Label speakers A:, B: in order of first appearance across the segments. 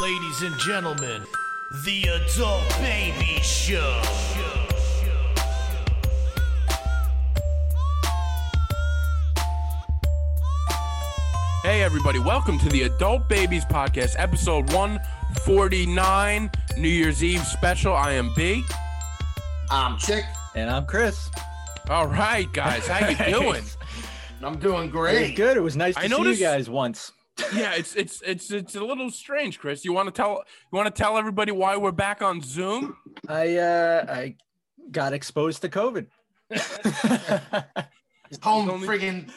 A: Ladies and gentlemen, the Adult Baby Show.
B: Hey, everybody, welcome to the Adult Babies Podcast, episode 149, New Year's Eve special. I am B.
C: I'm Um, Chick.
D: And I'm Chris.
B: All right, guys, how you doing?
C: I'm doing
D: It was
C: great.
D: good. It was nice to
B: I
D: see
B: noticed-
D: you guys once.
B: yeah, it's it's it's it's a little strange, Chris. You want to tell you want to tell everybody why we're back on Zoom?
D: I uh, I got exposed to COVID.
C: Home
B: Only-
C: friggin'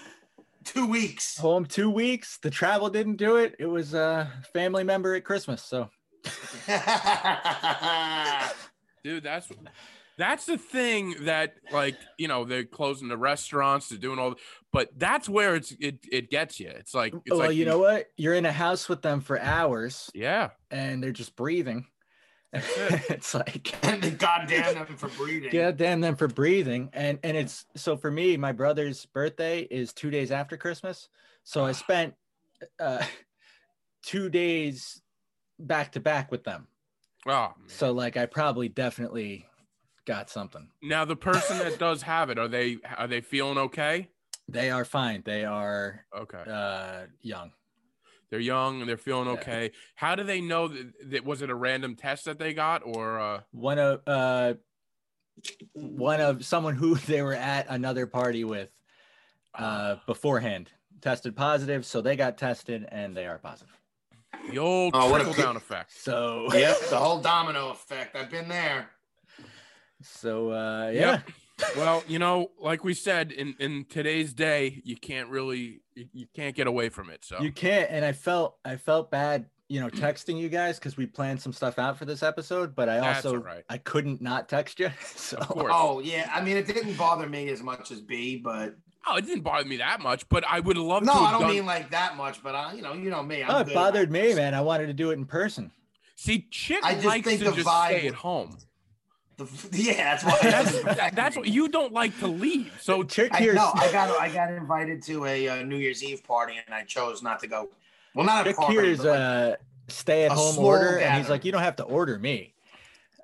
C: two weeks.
D: Home two weeks. The travel didn't do it. It was a family member at Christmas. So
B: Dude, that's that's the thing that like, you know, they're closing the restaurants, they're doing all but that's where it's it it gets you. It's like it's
D: oh, well,
B: like
D: you know what? You're in a house with them for hours,
B: Yeah.
D: and they're just breathing.
B: it.
D: it's like
C: and the goddamn them for breathing.
D: God damn them for breathing. And and it's so for me, my brother's birthday is two days after Christmas. So I spent uh two days back to back with them.
B: Oh, man.
D: So like I probably definitely got something.
B: Now the person that does have it, are they are they feeling okay?
D: They are fine. They are
B: Okay.
D: uh young.
B: They're young and they're feeling
D: Yeah.
B: okay. How do they know that, that was it a random test that they got or uh
D: One of uh one of someone who they were at another party with uh beforehand tested positive. So they got tested and they are positive.
B: the old
C: Oh, what a
B: trickle
C: pi-
B: down effect?
D: So
C: Yep, the whole domino effect. I've been there.
D: So uh, yeah,
B: Yep. Well, you know, like we said in in today's day, you can't really you, you can't get away from it. So
D: you can't. And I felt I felt bad, you know, texting you guys because we planned some stuff out for this episode, but I
B: That's
D: also
B: all right.
D: I couldn't not text you. So
B: of course. Oh.
C: Oh, yeah. I mean, it didn't bother me as much as B, but
B: Oh, it didn't bother me that much, but I would love
C: no,
B: to
C: I
B: have
C: don't
B: done-
C: mean like that much, but I, you know, you know me. I'm
D: oh, it
C: good.
D: bothered me, man. I wanted to do it in person.
B: see chick
C: I just
B: likes
C: think
B: to
C: the
B: just
C: vibe-
B: stay at home.
C: The- yeah, that's why.
B: That's that's what you don't like to leave. So
D: Chick
C: I
D: here,
C: know. I got I got invited to a uh, New Year's Eve party, and I chose not to go. Well, not a
D: Chick
C: party.
D: here is
C: but like-
D: uh, stay at home
C: small
D: order, and he's
C: gathering.
D: like, you don't have to order me.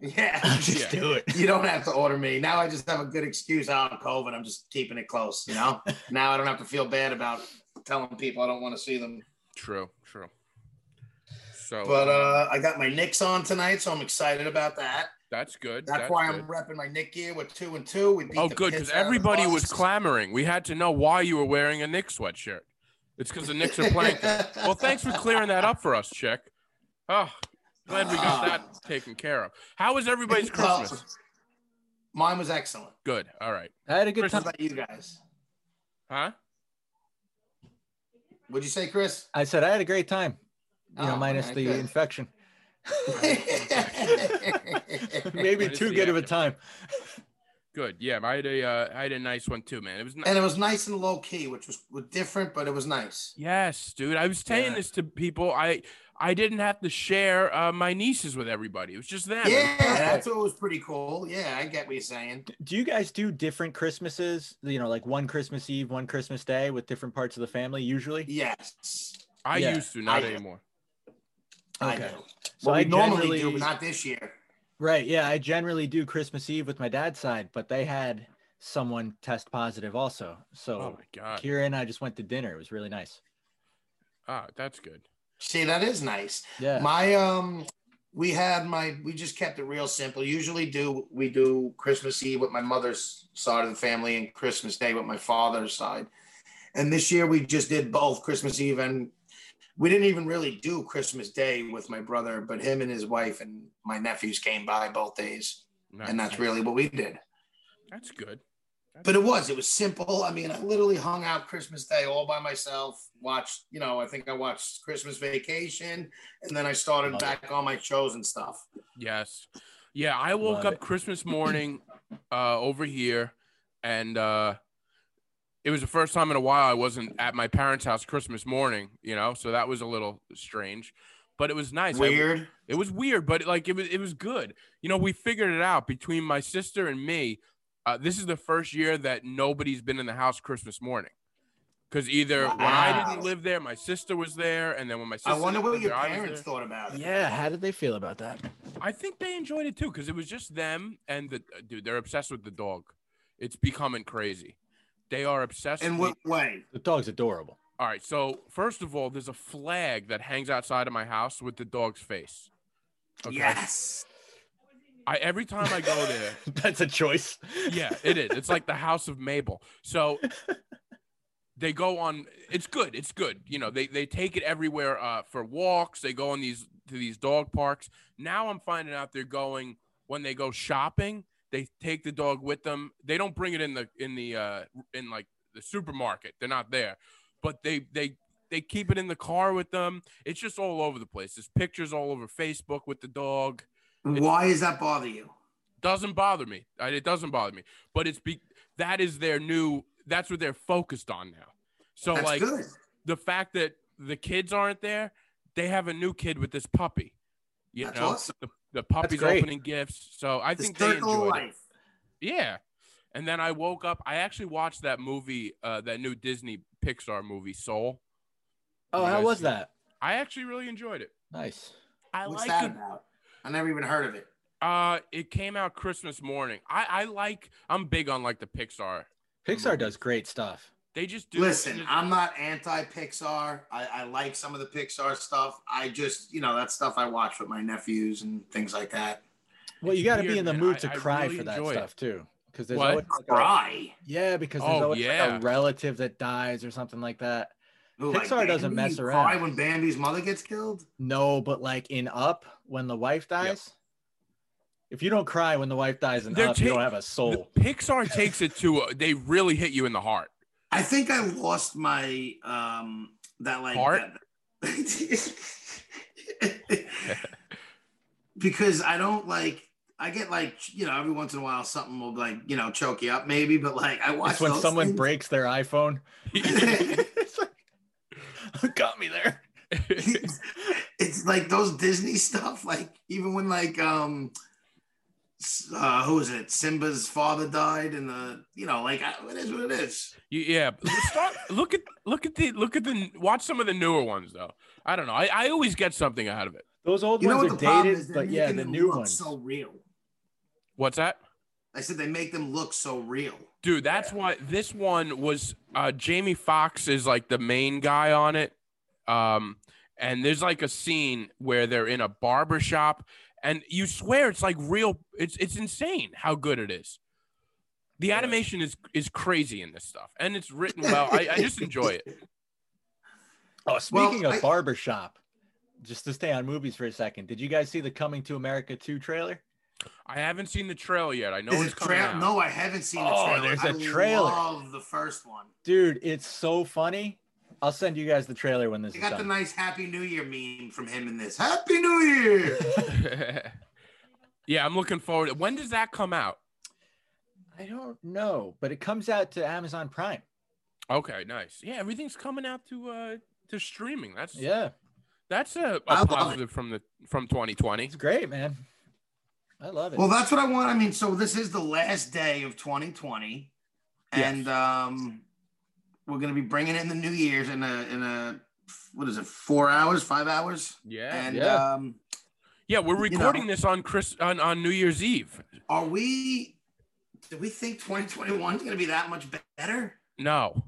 D: uh,
C: yeah.
D: Just
B: Yeah.
D: do it.
C: you don't have to order me. Now I just have a good excuse. Oh, I'm COVID. I'm just keeping it close, you know? now I don't have to feel bad about telling people I don't want to see them.
B: true, true. So
C: But uh, I got my Knicks on tonight, so I'm excited about that.
B: that's good.
C: That's,
B: That's
C: why
B: good.
C: I'm repping my Nick gear with two and two. We beat
B: Oh,
C: the
B: good,
C: piss
B: because
C: out of the
B: everybody was
C: Bucks.
B: clamoring. We had to know why you were wearing a Knicks sweatshirt. It's because the Knicks are playing. well, thanks for clearing that up for us, Chick. Oh, glad we got
C: Ah.
B: that taken care of. How was everybody's
C: Well,
B: Christmas?
C: mine was excellent.
B: Good. All right.
D: I had a good
B: Chris,
C: How
D: time.
C: about you guys?
B: Huh?
C: Would you say, Chris?
D: I said I had a great time. You know,
C: Oh,
D: minus
C: okay,
D: the
C: good.
D: infection. Maybe
B: Minus
D: too
B: the
D: good of a
B: action.
D: time.
B: Good. Yeah, I had a uh, I had a nice one too, man. It was. Nice.
C: and it was nice and low key, which was, was different, but it was nice.
B: Yes, dude. I was saying
D: Yeah.
B: this to people. I I didn't have to share uh, my nieces with everybody. It was just them.
C: Yeah, that's what was pretty cool. Yeah, I get what you're saying.
D: Do you guys do different Christmases? You know, like one Christmas Eve, one Christmas Day with different parts of the family usually?
C: Yes.
B: I
D: Yeah.
B: used to, not
C: I-
B: anymore.
C: I
D: Okay.
C: do.
D: So
C: what
D: I
C: we normally
D: generally
C: do, but not this year.
D: right. Yeah, I generally do Christmas Eve with my dad's side, but they had someone test positive also.
B: Oh
D: So
B: my god.
D: Kira and I just went to dinner. It was really nice.
B: Ah, that's good.
C: See, that is nice.
D: Yeah.
C: My um we had my we just kept it real simple. Usually do we do Christmas Eve with my mother's side of the family and Christmas Day with my father's side. And this year we just did both Christmas Eve and we didn't even really do Christmas Day with my brother, but him and his wife and my nephews came by both days.
B: Nice.
C: And that's really what we did.
B: That's good.
C: but it was it was simple i mean i literally hung out christmas day all by myself watched you know i think i watched christmas vacation and then i started
D: Love it.
C: back on my shows and stuff
B: Yes. Yeah, I woke up
D: Love it.
B: Christmas morning uh over here and uh it was the first time in a while I wasn't at my parents' house Christmas morning, you know, so that was a little strange. But it was nice. I-
C: weird
B: it was weird, but like it was it was good. You know, we figured it out between my sister and me. Uh, this is the first year that nobody's been in the house Christmas morning. Because either when I didn't live there, my sister was there, and then when my sister
C: I wonder
B: didn't
C: what
B: live
C: your
B: there, I was
C: parents
B: there.
C: thought about it.
D: Yeah, how did they feel about that?
B: I think they enjoyed it too because it was just them and the uh, dude. They're obsessed with the dog. It's becoming crazy. They are obsessed.
C: In
B: with-
C: what way?
D: The dog's adorable.
B: All right. So first of all, there's a flag that hangs outside of my house with the dog's face.
C: Yes.
B: I every time I go there,
D: That's a choice.
B: yeah, it is. It's like the House of Mabel. So they go on. It's good. It's good. You know, they they take it everywhere uh, for walks. They go on these to these dog parks. Now I'm finding out they're going when they go shopping. They take the dog with them. They don't bring it in the in the uh, in like the supermarket. They're not there, but they they they keep it in the car with them. It's just all over the place. There's pictures all over Facebook with the dog
C: Why does that bother you?
B: doesn't bother me. I- It doesn't bother me. But it's be that is their new. That's what they're focused on now. So
C: That's
B: like
C: good.
B: the fact that the kids aren't there, they have a new kid with this puppy. You
C: That's
B: know,
C: awesome.
B: the, the puppy's
D: great.
B: opening gifts. So I
C: The
B: think they
C: circle of
B: enjoyed it.
C: life.
B: Yeah. And then I woke up. I actually watched that movie, uh, that new Disney Pixar movie, Soul.
D: Oh,
B: You
D: how
B: guys
D: was
B: see-
D: that?
B: I actually really enjoyed it.
D: Nice.
B: I
C: What's
B: like
C: that
B: the
C: about? I never even heard of it.
B: Uh, it came out Christmas morning. I I like. I'm big on like the Pixar.
D: Pixar does great stuff.
B: They just do.
C: Listen,
B: just-
C: I'm not anti Pixar. I, I like some of the Pixar stuff. I just, you know, that's stuff I watch with my nephews and things like that.
D: Well, you got to
B: weird,
D: be in the
B: man.
D: mood
B: I-
D: to
B: I
D: cry
B: really
D: for that
B: enjoy it.
D: stuff too, because there's
B: What?
D: always like a,
C: Cry.
D: yeah, because there's
B: Oh,
D: always
B: yeah.
D: like a relative that dies or something like that.
C: Who,
D: Pixar
C: Bambi?
D: doesn't mess
C: You
D: around.
C: Cry when Bambi's mother gets killed.
D: No, but like in Up, when the wife dies, if you don't cry when the wife dies in
B: They're
D: Up, you
B: ta-
D: don't have a soul.
B: The Pixar takes it to. A, they really hit you in the heart.
C: I think I lost my um that like
B: Heart?
C: that- because I don't like I get like you know every once in a while something will like you know choke you up maybe but like I watch
D: It's when
C: those
D: someone
C: things.
D: breaks their iPhone. It's like, Got me there.
C: it's like those Disney stuff. Like even when like um, s- uh, who was it? Simba's father died, and the you know like I, it is what it is.
B: You- yeah, but let's start. look at look at the look at the watch some of the newer ones though. I don't know. I, I always get something out of it.
D: Those old
C: You know
D: ones
C: what
D: are
C: the problem
D: dated,
C: is? They're
D: but yeah,
C: making
D: the
C: them
D: new
C: look
D: ones.
C: so real.
B: What's that,
C: I said they make them look so real.
B: dude? That's why this one was. Uh, Jamie Fox is like the main guy on it. Um, and there's like a scene where they're in a barber shop, and you swear it's like real. It's it's insane how good it is. The animation is is crazy in this stuff, and it's written well. I, I just enjoy it.
D: Oh, speaking of
C: I-
D: barbershop, just to stay on movies for a second, did you guys see the Coming to America 2 trailer?
B: I haven't seen the trailer yet. I know
C: Is
B: it's
C: it
B: coming
C: trail-
B: out.
C: No, I haven't seen the
D: Oh,
C: trailer.
D: there's a
C: I
D: trailer.
C: Love the first one.
D: Dude, it's so funny. I'll send you guys the trailer when this
C: They
D: is
C: got the
D: done.
C: nice Happy New Year meme from him in this. Happy New Year.
B: yeah, I'm looking forward. to- When does that come out?
D: I don't know, but it comes out to Amazon Prime.
B: Okay, nice. Yeah, everything's coming out to uh to streaming. That's yeah.
D: Yeah,
B: that's a, a
C: I love it.
B: positive from the from 2020.
D: it's great, man. I love it.
C: Well, that's what I want. I mean, so this is the last day of 2020, and um, we're going to be bringing in the New Year's in a in a what is it? Four hours, five hours,
B: Yeah,
C: and
D: yeah.
C: um,
B: yeah. We're
C: you know-
B: recording this on Chris on, on New Year's Eve.
C: are we? Do we think 2021 is going to be that much better?
B: No,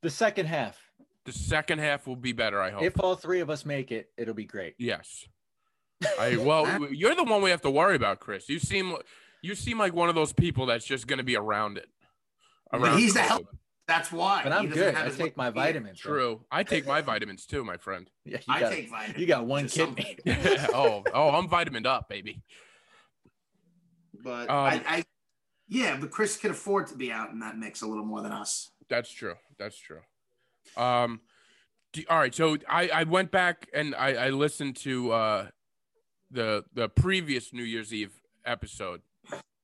D: the second half,
B: the second half will be better. I hope.
D: if all three of us make it, it'll be great.
B: yes. I well, you're the one we have to worry about, Chris. You seem you seem like one of those people that's just going to be around it.
C: But he's the
B: COVID.
C: help- That's why.
D: But
C: He
D: I'm
C: doesn't
D: good.
C: have
D: I
C: as much
D: take my
C: fear.
D: vitamins. though.
B: True. I take my vitamins too, my friend.
D: Yeah, you
C: I
D: got,
C: take vitamins.
D: you got one
C: Just some-
D: kidney.
B: oh, oh, I'm vitamined up, baby.
C: But
D: Oh,
B: Um,
C: I, I, yeah, but Chris could afford to be out in that mix a little more than us.
B: That's true. That's true. Um, do- all right. So I, I went back and I, I listened to uh, the the previous New Year's Eve episode,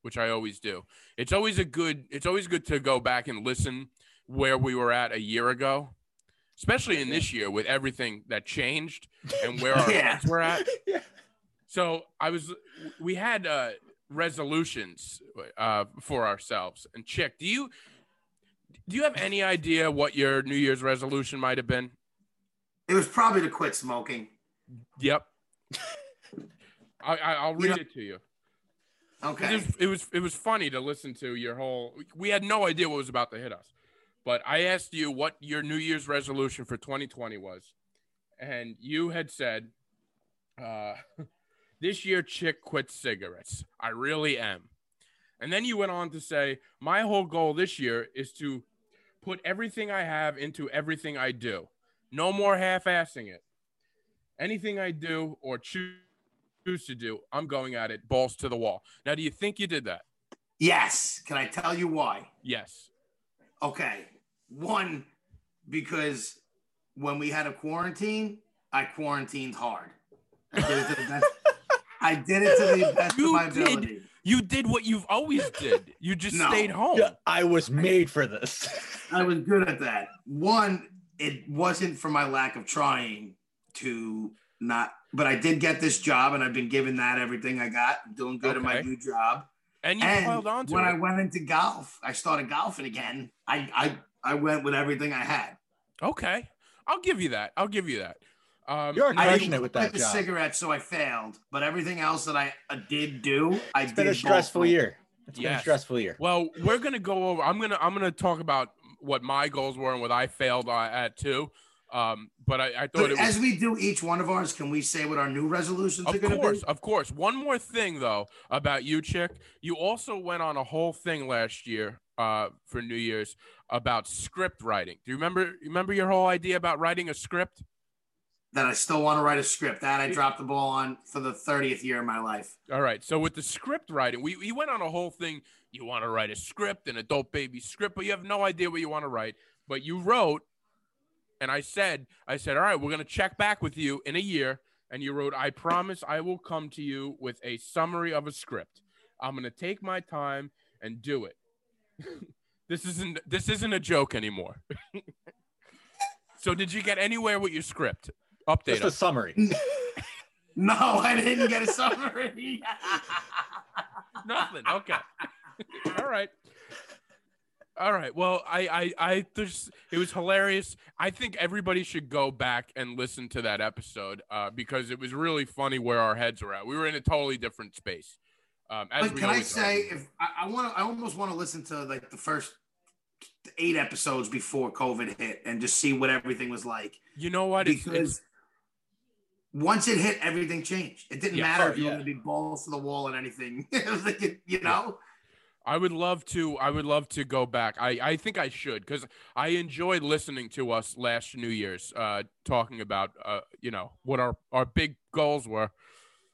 B: which I always do. It's always a good. It's always good to go back and listen where we were at a year ago, especially in this year with everything that changed and where our
C: Yeah.
B: heads were at.
D: yeah.
B: So I was, we had uh, resolutions uh, for ourselves. And Chick, do you do you have any idea what your New Year's resolution might have been?
C: It was probably to quit smoking.
B: Yep. I, I I'll
C: You
B: read
C: know-
B: it to you. It
C: Okay.
B: was, it was it was funny to listen to your whole. We had no idea what was about to hit us, but I asked you what your New Year's resolution for 2020 was, and you had said, uh, "This year, chick quit cigarettes. I really am." And then you went on to say, "My whole goal this year is to put everything I have into everything I do. No more half-assing it. Anything I do or choose." choose to do, I'm going at it balls to the wall. Now, do you think you did that?
C: Yes. Can I tell you why?
B: Yes.
C: Okay. One, because when we had a quarantine, I quarantined hard. I did it to the best, I did it to the best
B: You
C: of my
B: did.
C: ability.
B: You did what you've always did. You just
C: No.
B: stayed home.
D: Yeah, I was made for this.
C: I was good at that. One, it wasn't for my lack of trying to not, but I did get this job and I've been giving that everything I got, doing good at my
B: Okay.
C: new job.
B: And you piled on
C: And
B: to
C: when
B: it.
C: I went into golf, I started golfing again. I, I, I went with everything I had.
B: okay. I'll give you that. I'll give you that. Um,
D: You're
C: I
D: crushing it with
C: quit
D: that
C: the
D: job.
C: cigarettes, so I failed. But everything else that I uh, did do, I
D: It's
C: did.
D: been a
C: both.
D: stressful year. It's been a
B: Yes.
D: stressful year.
B: well, we're gonna go over. I'm gonna I'm gonna talk about what my goals were and what I failed uh, at too. Um, but I, I thought
C: But
B: it was
C: as we do each one of ours, can we say what our new resolutions are
B: Of
C: going to
B: course,
C: be?
B: of course. One more thing though about you, chick. You also went on a whole thing last year uh, for New Year's about script writing. Do you remember? Remember your whole idea about writing a script?
C: That I still want to write a script. That I dropped the ball on for the thirtieth year of my life.
B: All right. So with the script writing, we, we went on a whole thing. You want to write a script, an adult baby script, but you have no idea what you want to write. But you wrote, and I said, I said, all right, we're gonna check back with you in a year. And you wrote, I promise I will come to you with a summary of a script. I'm gonna take my time and do it. this isn't this isn't a joke anymore. so did you get anywhere with your script? Update
D: Just a
B: us.
D: summary.
C: No, I didn't get a summary.
B: Nothing. Okay. All right. All right. Well, I, I, I, there's, it was hilarious. I think everybody should go back and listen to that episode uh, because it was really funny where our heads were at. We were in a totally different space. Um, as
C: but
B: we
C: can I
B: always are.
C: say if I, I want to? I almost want to listen to like the first eight episodes before COVID hit and just see what everything was like.
B: you know what? It's,
C: because
B: it's,
C: once it hit, everything changed. It didn't
B: Yeah.
C: matter if you
D: Oh,
C: were going to be balls to the wall and anything. it was like, you- you know,
B: I would love to, I would love to go back. I, I think I should because I enjoyed listening to us last New Year's uh, talking about, uh, you know, what our, our big goals were.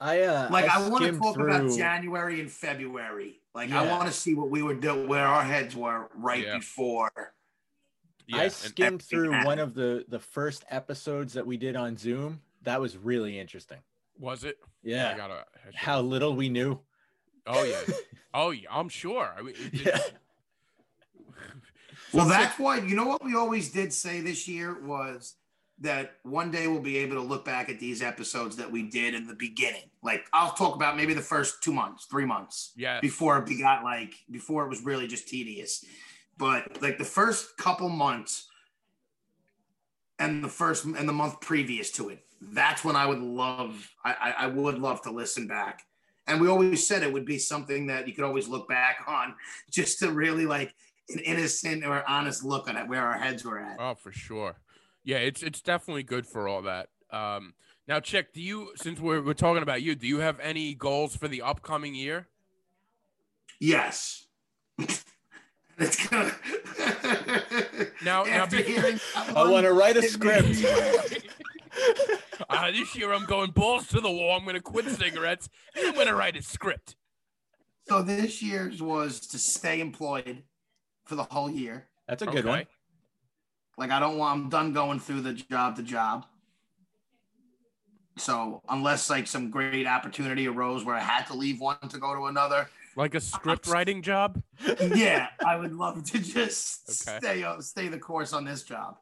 D: I uh,
C: like I, want to
D: skimmed
C: talk about
D: through-
C: January and February. Like I
D: Yeah.
C: want to see what we were doing, where our heads were right
B: Yeah.
C: before.
D: I
B: and-
D: skimmed
C: everything
D: through one
C: happened.
D: of the the first episodes that we did on Zoom. That was really interesting.
C: Oh
B: was it? I
D: Yeah,
B: gotta, I should-
D: how little we knew.
B: Oh yeah. Oh yeah. I'm sure. I mean, it- it-
D: yeah,
C: Well, that's why you know what we always did say this year was that one day we'll be able to look back at these episodes that we did in the beginning. Like I'll talk about maybe the first two months, three months.
B: yeah.
C: before it got like before it was really just tedious. But like the first couple months and the first and the month previous to it, that's when I would love I, I, I would love to listen back. And we always said it would be something that you could always look back on just to really like an innocent or honest look at it, where our heads were at.
B: Oh, for sure. Yeah, it's it's definitely good for all that. Um, now, Chick, do you since we're we're talking about you, do you have any goals for the upcoming year?
C: Yes. it's gonna
B: Now- now
C: After
B: be-
C: hearing that
D: I
C: one-
D: want to write a script.
B: Uh, this year, I'm going balls to the wall. I'm going to quit cigarettes. And I'm going to write a script.
C: So this year's was to stay employed for the whole year.
D: That's a good one.
C: Like I don't want I'm done going through the job to job. So unless like some great opportunity arose where I had to leave one to go to another,
B: Like a script writing job.
C: yeah, I would love to just
B: Okay.
C: stay on stay the course on this job.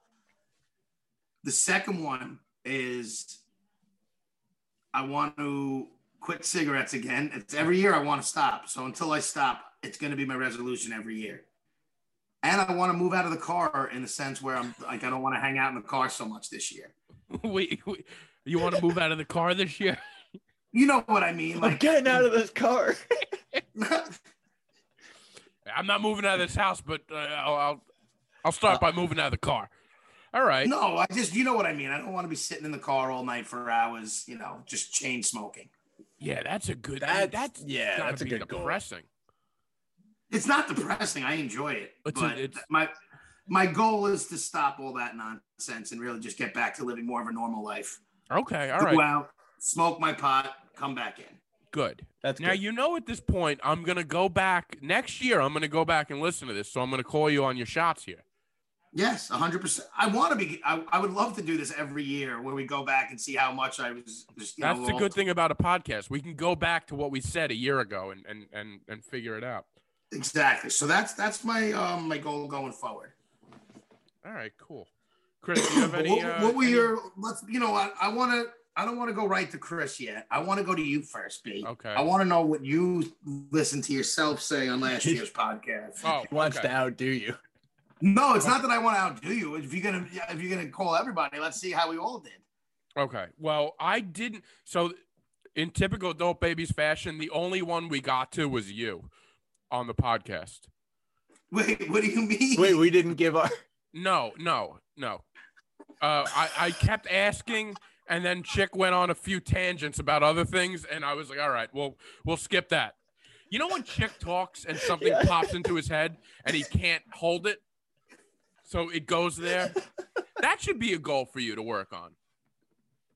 C: The second one is I want to quit cigarettes again. It's every year I want to stop. So until I stop, it's going to be my resolution every year. and I want to move out of the car in the sense where I'm like I don't want to hang out in the car so much this year.
B: wait, wait, you want to move out of the car this year?
C: You know what I mean?
D: I'm
C: Like
D: getting out of this car.
B: I'm not moving out of this house, but uh, I'll, I'll I'll
D: Uh,
B: start by moving out of the car. All right.
C: no, I just you know what I mean. I don't want to be sitting in the car all night for hours, you know, just chain smoking.
B: Yeah, that's a good.
D: That's-
B: that's
D: yeah,
B: gotta
D: that's a
B: be
D: good goal.
B: depressing.
C: It's not depressing. I enjoy it.
B: It's a-
C: but
B: it's-
C: my my goal is to stop all that nonsense and really just get back to living more of a normal life.
B: Okay. All
C: Go
B: right.
C: out, smoke my pot, come back in.
B: Good.
D: That's
B: Now
D: good.
B: you know at this point I'm gonna go back next year. I'm gonna go back and listen to this, so I'm gonna call you on your shots here.
C: Yes, 100%. I want to be, I, I would love to do this every year where we go back and see how much I was just, you
B: That's
C: know,
B: the
C: all-
B: good thing about a podcast. We can go back to what we said a year ago and and and, and figure it out.
C: Exactly. So that's, that's my, um, my goal going forward.
B: All right. Cool. Chris, do you have
C: But
B: any?
C: what,
B: uh,
C: what were
B: any-
C: your, let's, you know, I, I want to, I don't want to go right to Chris yet. I want to go to you first, B. I
B: Okay.
C: want to know what you listened to yourself say on last year's podcast.
B: Oh,
D: He wants
B: okay.
D: to outdo you.
C: No, it's not that I want to outdo you. If you're gonna, if you're gonna call everybody, let's see how we all did.
B: Okay. Well, I didn't. So, in typical adult babies fashion, the only one we got to was you on the podcast.
C: Wait, what do you mean?
D: Wait, we didn't give our.
B: No, no, no. Uh, I, I kept asking, and then Chick went on a few tangents about other things, and I was like, all right, well, we'll skip that. You know when Chick talks and something
D: Yeah.
B: pops into his head and he can't hold it? So it goes there. That should be a goal for you to work on.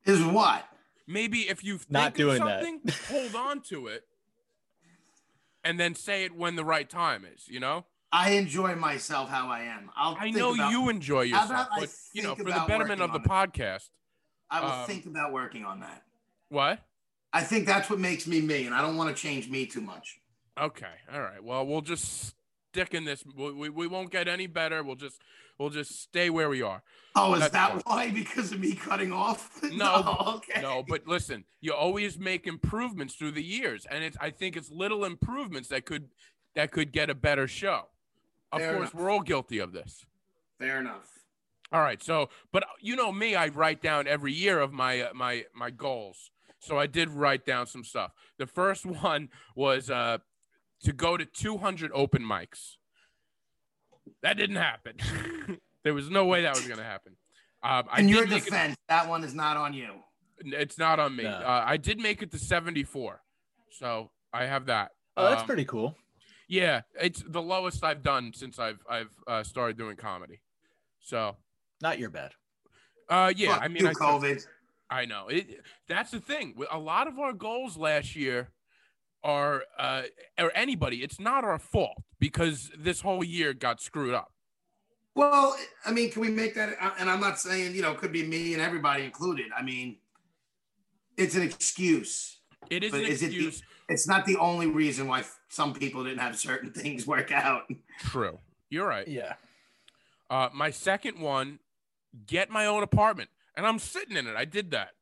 C: is what?
B: maybe if you think
D: Not
B: of
D: doing that.
B: something, hold on to it, and then say it when the right time is. You know,
C: I enjoy myself how I am. I'll
B: I
C: think
B: know
C: about,
B: you enjoy
C: How
B: yourself,
C: about I
B: but you know,
C: think
B: for the
C: about
B: betterment of the
C: working
B: podcast,
C: I will
B: um,
C: think about working on that.
B: what?
C: I think that's what makes me me, and I don't want to change me too much.
B: Okay, all right. Well, we'll just stick in this. We, we, we won't get any better. We'll just we'll just stay where we are.
C: Oh, is
B: That's
C: that
B: fine.
C: why? Because of me cutting off?
B: No,
C: okay.
B: No, but listen, you always make improvements through the years, and it's I think it's little improvements that could that could get a better show. Of
C: Fair
B: course,
C: enough.
B: we're all guilty of this.
C: Fair enough.
B: All right. So, but uh, you know me, I write down every year of my uh, my my goals. So I did write down some stuff. The first one was uh, to go to 200 open mics. That didn't happen. there was no way that was going to happen. Um, I
C: In your
B: did make it-
C: defense, that one is not on you.
B: it's not on me.
D: No.
B: Uh, I did make it to 74, so I have that.
D: Oh, that's
B: Um,
D: pretty cool.
B: Yeah, it's the lowest I've done since I've I've uh, started doing comedy. So,
D: Not your bad.
B: uh, yeah,
C: Fuck
B: I mean,
C: you,
B: I took-
C: COVID.
B: I know. It, that's the thing. With A lot of our goals last year are, uh, or anybody, it's not our fault because this whole year got screwed up.
C: Well, I mean, can we make that? uh, And I'm not saying you know, it could be me and everybody included. I mean, it's an excuse.
B: It is
C: But
B: an
C: is it the-
B: excuse.
C: It's not the only reason why some people didn't have certain things work out.
B: True. You're right.
D: Yeah.
B: Uh, my second one, get my own apartment. And I'm sitting in it. I did that.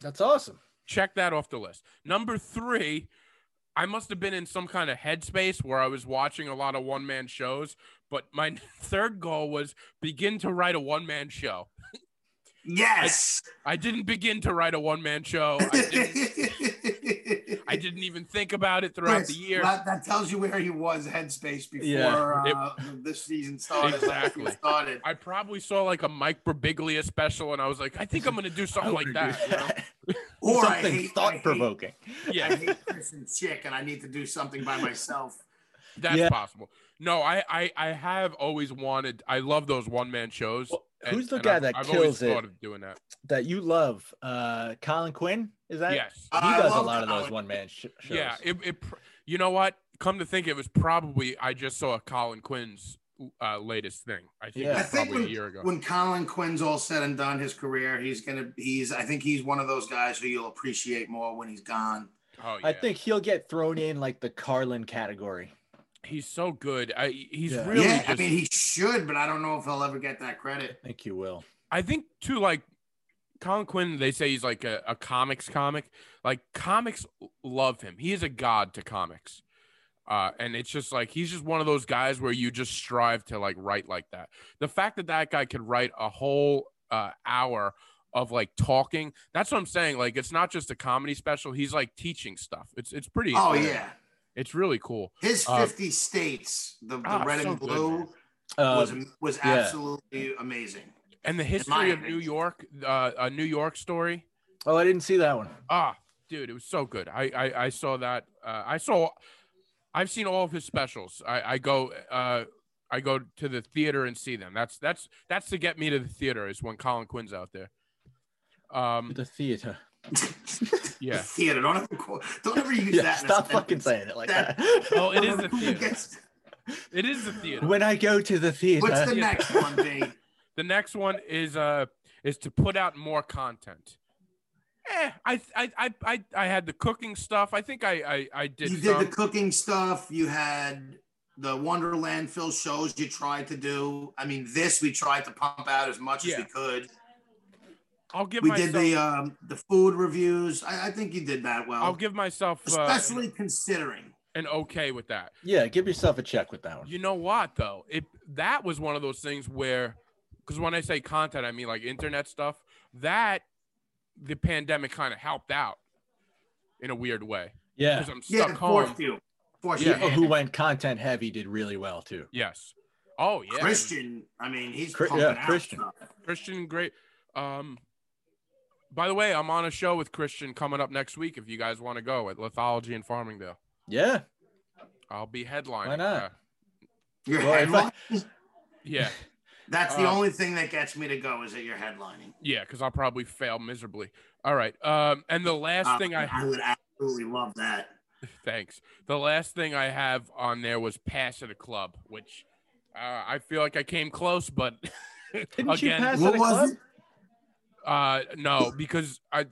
D: That's awesome.
B: check that off the list. Number three, I must have been in some kind of headspace where I was watching a lot of one man shows, but my third goal was begin to write a one man show.
C: Yes.
B: I didn't begin to write a one man show. I didn't, I didn't even think about it throughout the
C: Yes,
B: year.
C: That, that tells you where he was headspace before
D: Yeah.
C: uh, this season started.
B: Exactly.
C: Started.
B: I probably saw like a Mike Birbiglia special and I was like, I think I'm going to do something like that. you know?
C: Or I
D: Something
C: hate,
D: thought provoking.
C: I
B: Yeah,
C: hate, I hate Chris and Chick, and I need to do something by myself.
B: that's
D: Yeah.
B: possible. No, I, I, I have always wanted, I love those one man shows.
D: Well,
B: and-
D: who's the
B: and
D: guy
B: I've-
D: that
B: I've
D: kills
B: always thought
D: it?
B: of doing that.
D: That you love, uh, Colin Quinn. Is that?
B: Yes.
D: He
C: I
D: does a
C: love
D: lot of those
C: Colin.
D: one man sh- shows.
B: Yeah, it, it. pr- You know what? Come to think, it was probably I just saw Colin Quinn's uh, latest thing. I think
D: Yeah.
B: it
C: I
B: was
C: think
B: probably
C: when,
B: a year ago.
C: when Colin Quinn's all said and done, his career, he's gonna he's I think he's one of those guys who you'll appreciate more when he's gone.
B: oh yeah,
D: I think he'll get thrown in like the Carlin category.
B: he's so good. I, he's
D: Yeah.
B: really.
C: yeah,
B: just,
C: I mean he should, but I don't know if he'll ever get that credit.
D: I think you will.
B: I think too, like Colin Quinn. They say he's like a, a comics comic. Like comics love him. He is a god to comics. Uh, and it's just like he's just one of those guys where you just strive to like write like that. The fact that that guy could write a whole uh, hour of like talking, that's what I'm saying. Like it's not just a comedy special. He's like teaching stuff. It's it's pretty.
C: Oh
B: inspiring.
C: yeah,
B: it's really cool.
C: his
B: Uh,
C: fifty states, the, the
B: ah,
C: red
B: so
C: and
B: good,
C: blue
B: man.
D: Uh,
C: was was
D: yeah.
C: absolutely amazing.
B: And the
C: my
B: history of New
C: opinion.
B: York, uh, a New York story.
D: oh, I didn't see that one.
B: Ah, dude, it was so good. I I, I saw that. Uh, I saw. I've seen all of his specials. I I go. Uh, I go to the theater and see them. That's that's that's to get me to the theater is when Colin Quinn's out there. Um.
D: The theater.
C: The
B: Yeah.
C: theater. Don't ever qu- don't ever use
D: Yeah,
C: that. in a
D: stop fucking
C: sentence.
D: saying it like
C: That-
D: that.
B: Oh, it is the
C: Who
B: theater.
C: gets-
B: It is the theater.
D: When I go to the theater,
C: What's the
B: Yeah.
C: next one, B?
B: The next one is uh is to put out more content. Eh, I I I I, I had the cooking stuff. I think I I, I did.
C: You did
B: some.
C: the cooking stuff. You had the Wonderland Phil shows you tried to do. I mean, this we tried to pump out as much as
B: Yeah.
C: we could.
B: I'll give
C: We
B: myself.
C: did the um, the food reviews. I, I think you did that well,
B: I'll give myself uh,
C: especially considering.
B: an okay with that.
D: yeah, give yourself a check with that one.
B: You know what though? It that was one of those things where because when I say content, I mean like internet stuff, that the pandemic kind of helped out in a weird way.
D: Yeah.
B: Because I'm
C: Yeah,
B: stuck
C: the
B: home.
C: fourth you. Fourth
B: Yeah.
D: People Oh, who went content heavy did really well too.
B: Yes. Oh yeah.
C: Christian. I mean, he's
D: Chri-
C: pumping
D: yeah,
C: out
D: Christian.
C: stuff.
B: Christian great. Um by the way, I'm on a show with Christian coming up next week if you guys want to go at Lithology in Farmingdale.
D: Yeah.
B: I'll be headlining.
D: Why not?
B: uh,
C: Your
D: Well, if I-
C: headline.
B: yeah.
C: That's the
B: Uh,
C: only thing that gets me to go is that you're headlining.
B: Yeah, because I'll probably fail miserably. All right. Um, and the last
C: Uh,
B: thing I
C: I would absolutely love that.
B: Thanks. The last thing I have on there was pass at a club, which uh, I feel like I came close, but
D: Didn't you
B: again,
D: pass-
C: What
D: a
C: was
D: club?
C: it?
B: uh, no, because I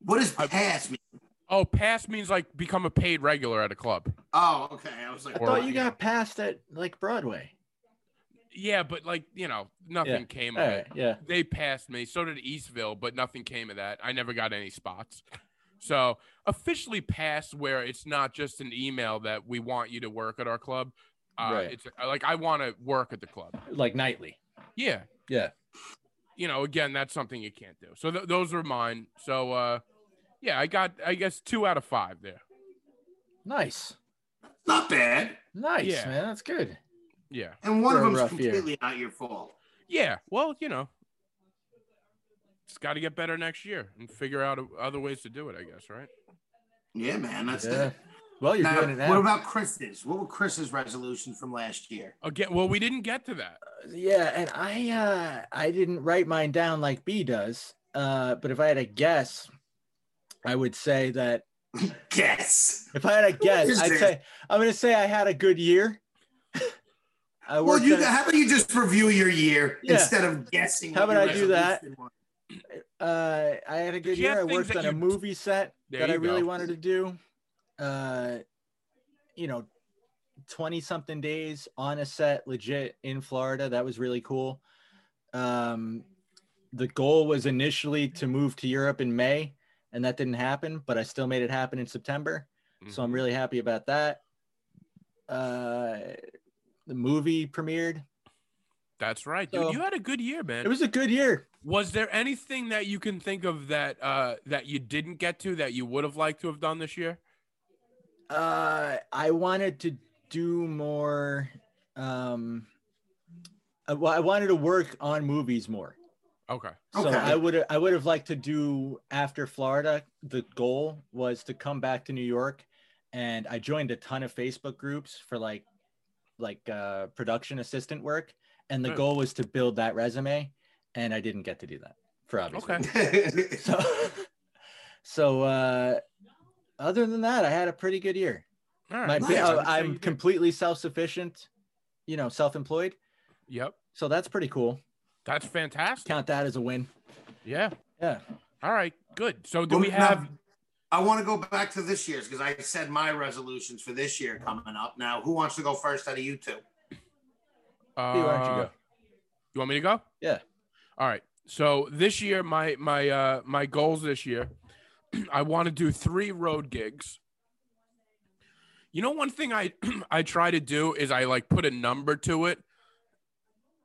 C: What does
B: I-
C: pass mean?
B: oh, pass means like become a paid regular at a club.
C: Oh, okay. I was like,
D: I
B: Or-
D: thought you got passed at like Broadway.
B: Yeah, but like you know, nothing
D: Yeah.
B: came
D: All
B: of
D: right.
B: it.
D: Yeah.
B: They passed me. So did Eastville, but nothing came of that. I never got any spots. So officially passed, where it's not just an email that we want you to work at our club. Uh,
D: Right.
B: It's like I want to work at the club.
D: Like nightly.
B: Yeah.
D: Yeah.
B: you know, again, that's something you can't do. So th- those are mine. So uh, yeah, I got I guess two out of five there.
D: Nice.
C: not bad.
D: Nice,
B: Yeah.
D: man. That's good.
B: Yeah,
C: And one
D: For a
C: of them's
D: rough year.
C: completely not your fault.
B: yeah. Well, you know, it's got to get better next year and figure out o- other ways to do it. I guess, right?
C: Yeah, man. That's
D: Yeah.
C: it.
D: Well, you're
C: Now,
D: doing it now.
C: what about Chris's? What were Chris's resolutions from last year?
B: Again, well, we didn't get to that.
D: yeah, and I uh I didn't write mine down like B does. Uh, but if I had a guess, I would say that
C: Guess.
D: if I had a guess,
C: is
D: I'd
C: this?
D: say I'm gonna say I had a good year. I
C: Well,
D: worked.
C: you,
D: at a-
C: how about you just review your year
D: Yeah.
C: instead of guessing?
D: How
C: what
D: about
C: your
D: I do that?
C: resolution was?
D: uh, I had a good
B: you have
D: year. I
B: things
D: worked
B: that
D: on a
B: you-
D: movie set
B: There
D: that I
B: you
D: really
B: go.
D: wanted to do. Uh, you know, 20 something days on a set, legit in Florida. That was really cool. Um, the goal was initially to move to Europe in May, and that didn't happen, but I still made it happen in September.
B: Mm-hmm.
D: So I'm really happy about that. Uh, the movie premiered.
B: That's right, dude.
D: So-
B: you had a good year, man.
D: It was a good year.
B: was there anything that you can think of that uh, that you didn't get to that you would have liked to have done this year?
D: uh i wanted to do more um I, well, I wanted to work on movies more
B: Okay.
D: so
C: Okay.
D: i would i would have liked to do after florida the goal was to come back to new york and i joined a ton of facebook groups for like like uh production assistant work and the
B: Good.
D: goal was to build that resume and i didn't get to do that for obvious
B: Okay.
D: so so uh other than that i had a pretty good year
B: All right.
D: my,
C: Nice.
D: bi-
C: I
B: would say you
D: Oh, I'm
B: did.
D: completely self-sufficient, you know, self-employed.
B: Yep.
D: So that's pretty cool.
B: That's fantastic.
D: Count that as a win.
B: Yeah.
D: Yeah.
B: All right. Good. So do
C: Well,
B: we
C: now,
B: have?
C: I want to go back to this year's because I said my resolutions for this year coming up. Now, who wants to go first out of you two?
B: Uh,
D: Hey, why don't you go?
B: You want me to go?
D: Yeah.
B: All right. So this year, my my uh my goals this year, I want to do three road gigs. You know, one thing I I try to do is I like put a number to it,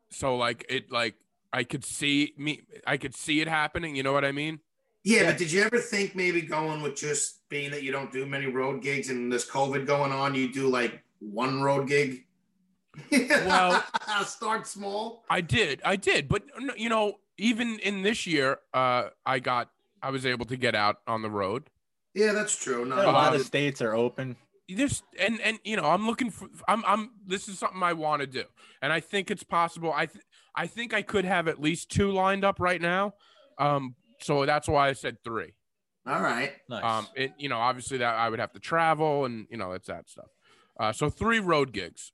B: so like it like I could see me I could see it happening. You know what I mean?
C: Yeah, but did you ever think maybe going with just being that you don't do many road gigs and this COVID going on, you do like one road gig?
B: Well-
C: start small.
B: I did, I did, but n- you know, even in this year, uh, I got I was able to get out on the road.
C: Yeah, that's true. No,
D: a lot
B: Um,
D: of states are open.
B: There's and and you know I'm looking for I'm I'm this is something I want to do and I think it's possible I th- I think I could have at least two lined up right now, um so that's why I said three.
C: all right.
D: Nice.
B: Um, it, you know, obviously that I would have to travel and you know it's that stuff. Uh, so three road gigs.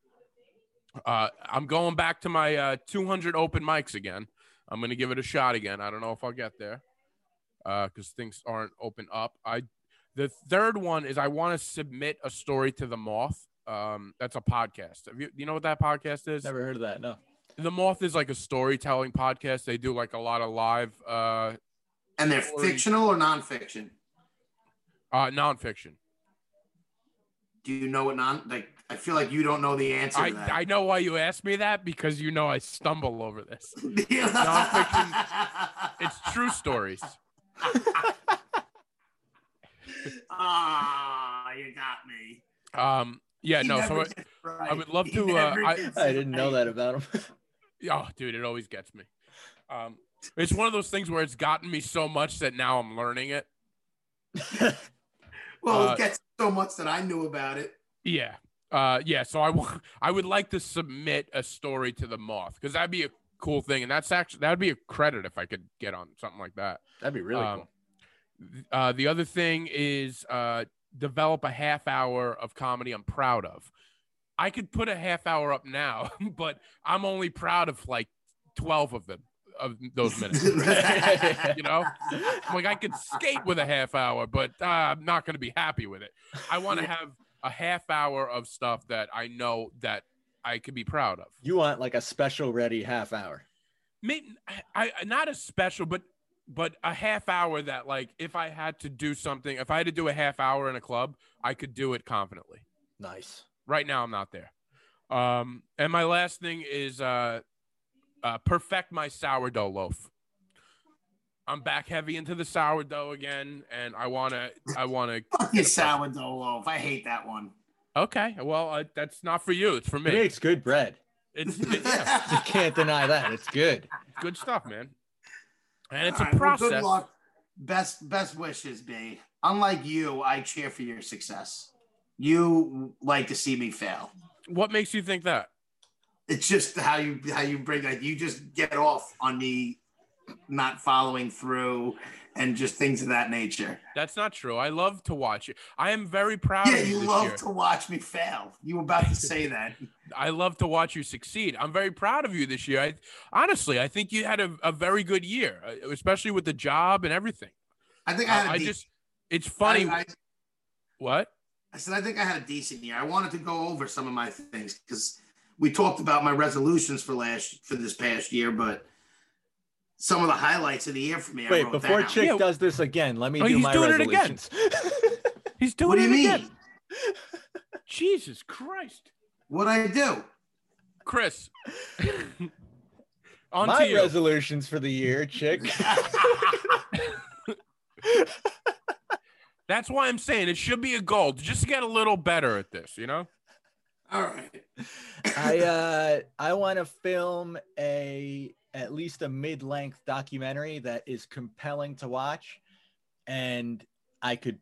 B: Uh, I'm going back to my uh, 200 open mics again. I'm gonna give it a shot again. I don't know if I'll get there because things aren't open up. I the third one is I want to submit a story to the Moth. Um, that's a podcast. Have you, you know what that podcast is?
D: Never heard of that. No.
B: The Moth is like a storytelling podcast. They do like a lot of live uh,
C: And they're
B: Or-
C: fictional or nonfiction?
B: uh, nonfiction.
C: Do you know what non like? I feel like you don't know the answer to that.
B: I, I know why you asked me that because you know I stumble over this.
C: nonfiction.
B: It's true stories.
C: Ah, you got me.
B: Um, yeah,
C: He
B: no.
C: never
B: So, I-
C: gets it right.
B: would love
C: He
B: to, uh,
C: never
B: I-
C: gets
D: I
C: it
D: didn't know
C: right.
D: that about him.
B: oh, dude, it always gets me. Um, it's one of those things where it's gotten me so much that now I'm learning it.
C: Well,
B: Uh,
C: it gets so much that I knew about it.
B: Yeah. Uh, yeah. So I wa- I would like to submit a story to the moth because that'd be a cool thing, and that's actually that'd be a credit if I could get on something like that.
D: That'd be really
B: Um,
D: cool.
B: th- Uh, the other thing is uh, develop a half hour of comedy I'm proud of. I could put a half hour up now, but I'm only proud of like 12 of them, of those minutes. you know, like I could skate with a half hour, but uh, I'm not going to be happy with it. I want to have a half hour of stuff that I know that I could be proud of.
D: You want like a special ready half hour.
B: Maybe I, I not a special, but but a half hour that like if I had to do something, if I had to do a half hour in a club, I could do it confidently.
D: Nice.
B: Right now, I'm not there. Um, and my last thing is uh, uh, perfect my sourdough loaf. I'm back heavy into the sourdough again, and I wanna, I wanna.
C: Fucking sourdough loaf. I hate that one.
B: Okay, well, uh, that's not for you. It's for
D: It
B: me.
D: makes good bread.
B: It's it- yeah,
D: You can't deny that. It's good.
B: good stuff, man. And it's
C: All
B: a
C: right, well,
B: process.
C: good luck. Best best wishes, B. Unlike you, I cheer for your success. You like to see me fail.
B: What makes you think that?
C: It's just how you how you bring like you just get off on me not following through and just things of that nature.
B: That's not true. I love to watch it. I am very proud
C: Yeah,
B: of you
C: you
B: this
C: love
B: year.
C: to watch me fail. You were about to say that.
B: I love to watch you succeed. I'm very proud of you this year. I honestly, I think you had a, a very good year, uh, especially with the job and everything.
C: I think I
B: I,
C: had a
B: I
C: decent-
B: just, it's funny.
C: I- I-
B: what?
C: I said, I think I had a decent year. I wanted to go over some of my things because we talked about my resolutions for last for this past year, but some of the highlights of the year for me. I
D: Wait,
C: wrote
D: before
C: down.
D: Chick
B: Yeah.
D: does this again, let me
B: Oh,
D: do
B: he's
D: my
B: doing it again.
D: resolutions.
B: He's doing
C: what do
B: it
C: you mean?
B: again. Jesus Christ,
C: What I do?
B: Chris. on
D: my
B: to you.
D: resolutions for the year, Chick.
B: That's why I'm saying it should be a goal. Just to get a little better at this, you know.
C: All right.
D: I uh I want to film a at least a mid-length documentary that is compelling to watch and I could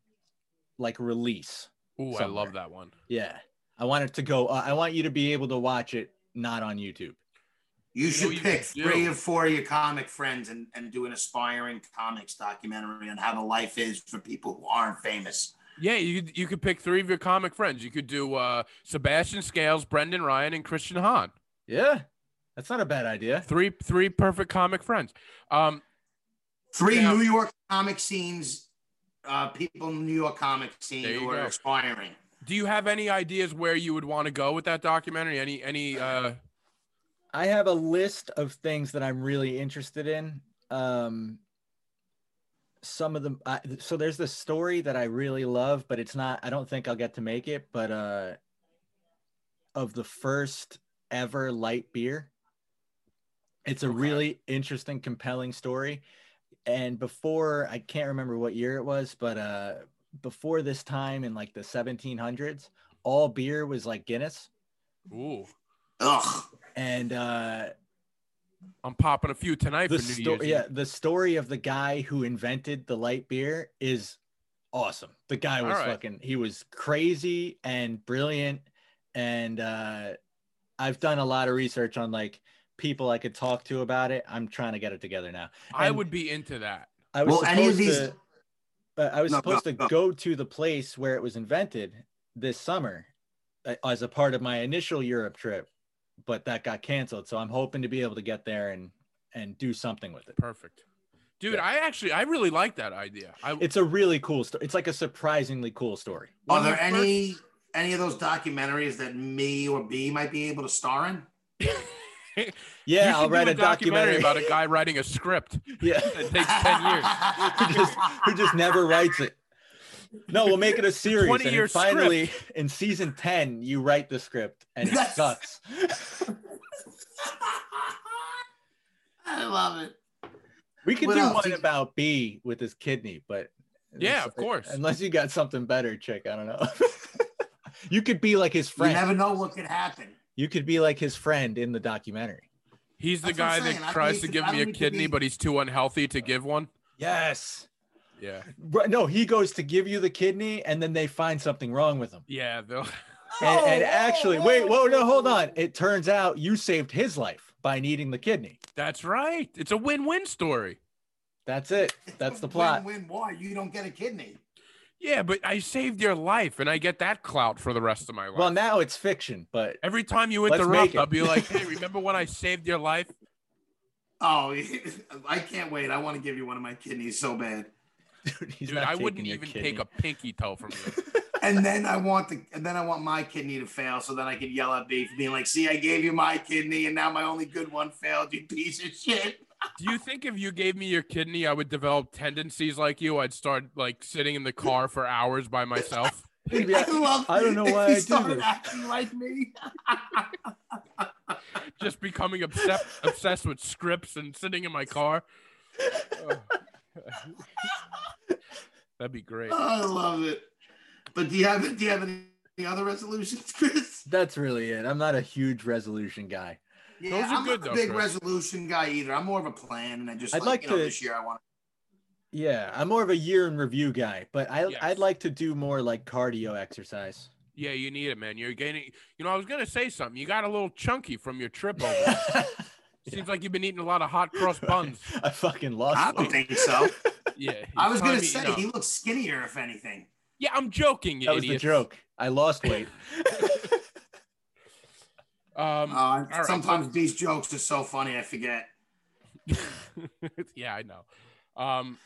D: like release.
B: Ooh, I
D: Somewhere.
B: love that one.
D: Yeah. I want it to go uh, I want you to be able to watch it not on YouTube.
C: You should
B: you should
C: pick
B: do.
C: three or four of your comic friends and, and do an aspiring comics documentary on how the life is for people who aren't famous.
B: Yeah, you you could pick three of your comic friends. You could do uh, Sebastian Scales, Brendan Ryan, and Christian Hahn.
D: Yeah. That's not a bad idea.
B: Three three perfect comic friends. Um,
C: Three
B: Yeah.
C: New York comic scenes, uh, people in the New York comic scene
B: There you
C: who are
B: go.
C: aspiring.
B: do you have any ideas where you would want to go with that documentary? Any any? Uh,
D: I have a list of things that I'm really interested in. Um, some of the I, so there's this story that I really love, but it's not. I don't think I'll get to make it. But uh, of the first ever light beer, it's a
B: Okay.
D: really interesting, compelling story. And before I can't remember what year it was, but uh, before this time in like the 1700s, all beer was like Guinness,
B: Ooh,
C: Ugh.
D: and uh,
B: I'm popping a few tonight
D: the
B: for New
D: story, yeah,
B: Year's. Eve.
D: the story of the guy who invented the light beer is awesome. The guy
B: All
D: was
B: right.
D: fucking, he was crazy and brilliant. And uh, I've done a lot of research on like people I could talk to about it. I'm trying to get it together now.
B: I
D: and-
B: would be into that.
D: I was
C: Will any of
D: supposed
C: these-
D: to, uh, I was
C: No,
D: supposed
C: no,
D: to
C: no.
D: go to the place where it was invented this summer uh, as a part of my initial Europe trip, but that got canceled. So I'm hoping to be able to get there and and do something with it.
B: Perfect, dude.
D: Yeah.
B: I actually, I really like that idea. I,
D: It's a really cool story. It's like a surprisingly cool story.
C: Are
B: when
C: there
B: we first-
C: any any of those documentaries that me or B might be able to star in?
B: You
D: Yeah,
B: should
D: I'll
B: do
D: write a documentary,
B: about a guy writing a script.
D: yeah,
B: It takes ten years.
D: who just who just never writes it. No, we'll make it a series.
B: 20
D: and
B: year
D: finally, in season ten, you write the script, and it
C: Yes.
D: sucks.
C: I love it.
D: We could
C: What
D: do
C: else
D: one
C: did-
D: about B with his kidney, but
B: Yeah,
D: unless-
B: of course.
D: Unless you got something better, chick. I don't know. you could be like his friend.
C: You never know what could happen.
D: you could be like his friend in the documentary.
B: He's the
C: That's what
B: guy
C: I'm saying. I
B: that
C: think
B: tries
C: he
B: to
C: should-
B: give
C: I
B: me
C: don't
B: a
C: need to
B: kidney,
C: be-
B: but he's too unhealthy to give one.
D: Yes.
B: Yeah,
D: Right, no, he goes to give you the kidney, and then they find something wrong with him.
B: yeah. though.
D: And, and
C: Oh,
D: actually, wait, whoa, no, hold on. It turns out you saved his life by needing the kidney.
B: That's right. It's a win-win story.
D: That's it. That's the plot.
C: Win, win, why you don't get a kidney?
B: Yeah, but I saved your life, and I get that clout for the rest of my life.
D: Well, now it's fiction, but
B: Every time you
D: Let's make
B: interrupt,
D: it.
B: I'll be like, "Hey, remember when I saved your life?"
C: Oh, I can't wait. I want to give you one of my kidneys so bad.
D: dude, he's
B: Dude,
D: not
B: I
D: taking
B: wouldn't
D: your
B: even
D: kidney.
B: take a pinky toe from you.
C: And then I want the and then I want my kidney to fail so that I can yell at B for being like, see, I gave you my kidney and now my only good one failed, you piece of shit.
B: Do you think if you gave me your kidney, I would develop tendencies like you? I'd start like sitting in the car for hours by myself.
D: He'd be like,
C: I love
D: I don't know
C: if
D: why
C: he
D: I do
C: started
D: this.
C: acting like me.
B: just becoming obsessed obsessed with scripts and sitting in my car. Oh. That'd be great.
C: I love it. But do you have do you have any, any other resolutions, Chris?
D: That's really it. I'm not a huge resolution guy.
C: Yeah,
B: Those are
C: I'm
B: good
C: not a
B: though,
C: big
B: Chris.
C: resolution guy either. I'm more of a plan, and I just
D: I'd
C: like,
D: like
C: you know
D: to-
C: this year I want.
D: Yeah, I'm more of a year in review guy, but I
B: Yes.
D: I'd like to do more like cardio exercise.
B: Yeah, you need it, man. You're gaining. You know, I was gonna say something. You got a little chunky from your trip over. there. Seems like you've been eating a lot of hot cross buns.
D: I fucking lost.
C: I don't
D: weight.
C: think so.
B: Yeah,
C: I
B: it's
C: was
B: time
C: gonna
B: to eat
C: say
B: up.
C: he looks skinnier, if anything.
B: Yeah, I'm joking. You
D: that was the
B: idiots.
D: joke. I lost weight.
B: Um,
C: Uh,
B: right.
C: sometimes these jokes are so funny, I forget. Uh,
B: yeah, I know. Um,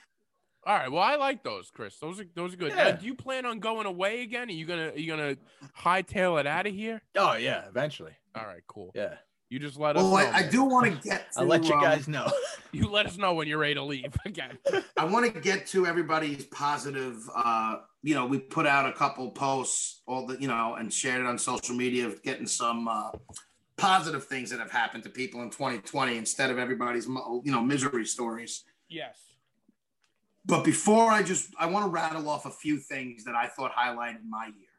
B: all right. Well, I like those, Chris. Those are those are good. Now,
D: Yeah.
B: do you plan on going away again? Are you gonna are you gonna hightail it out of here?
D: oh yeah, eventually.
B: All right, cool.
D: Yeah,
B: You just let us.
C: Well,
B: know,
C: Oh, I, I
B: man.
C: do want to get. To,
D: I'll let you
C: um,
D: guys know.
B: You let us know when you're ready to leave again.
C: I want to get to everybody's positive. Uh, you know, we put out a couple posts, all the you know, and shared it on social media of getting some uh, positive things that have happened to people in 2020 instead of everybody's mo- you know misery stories.
B: yes.
C: But before I just, I want to rattle off a few things that I thought highlighted my year.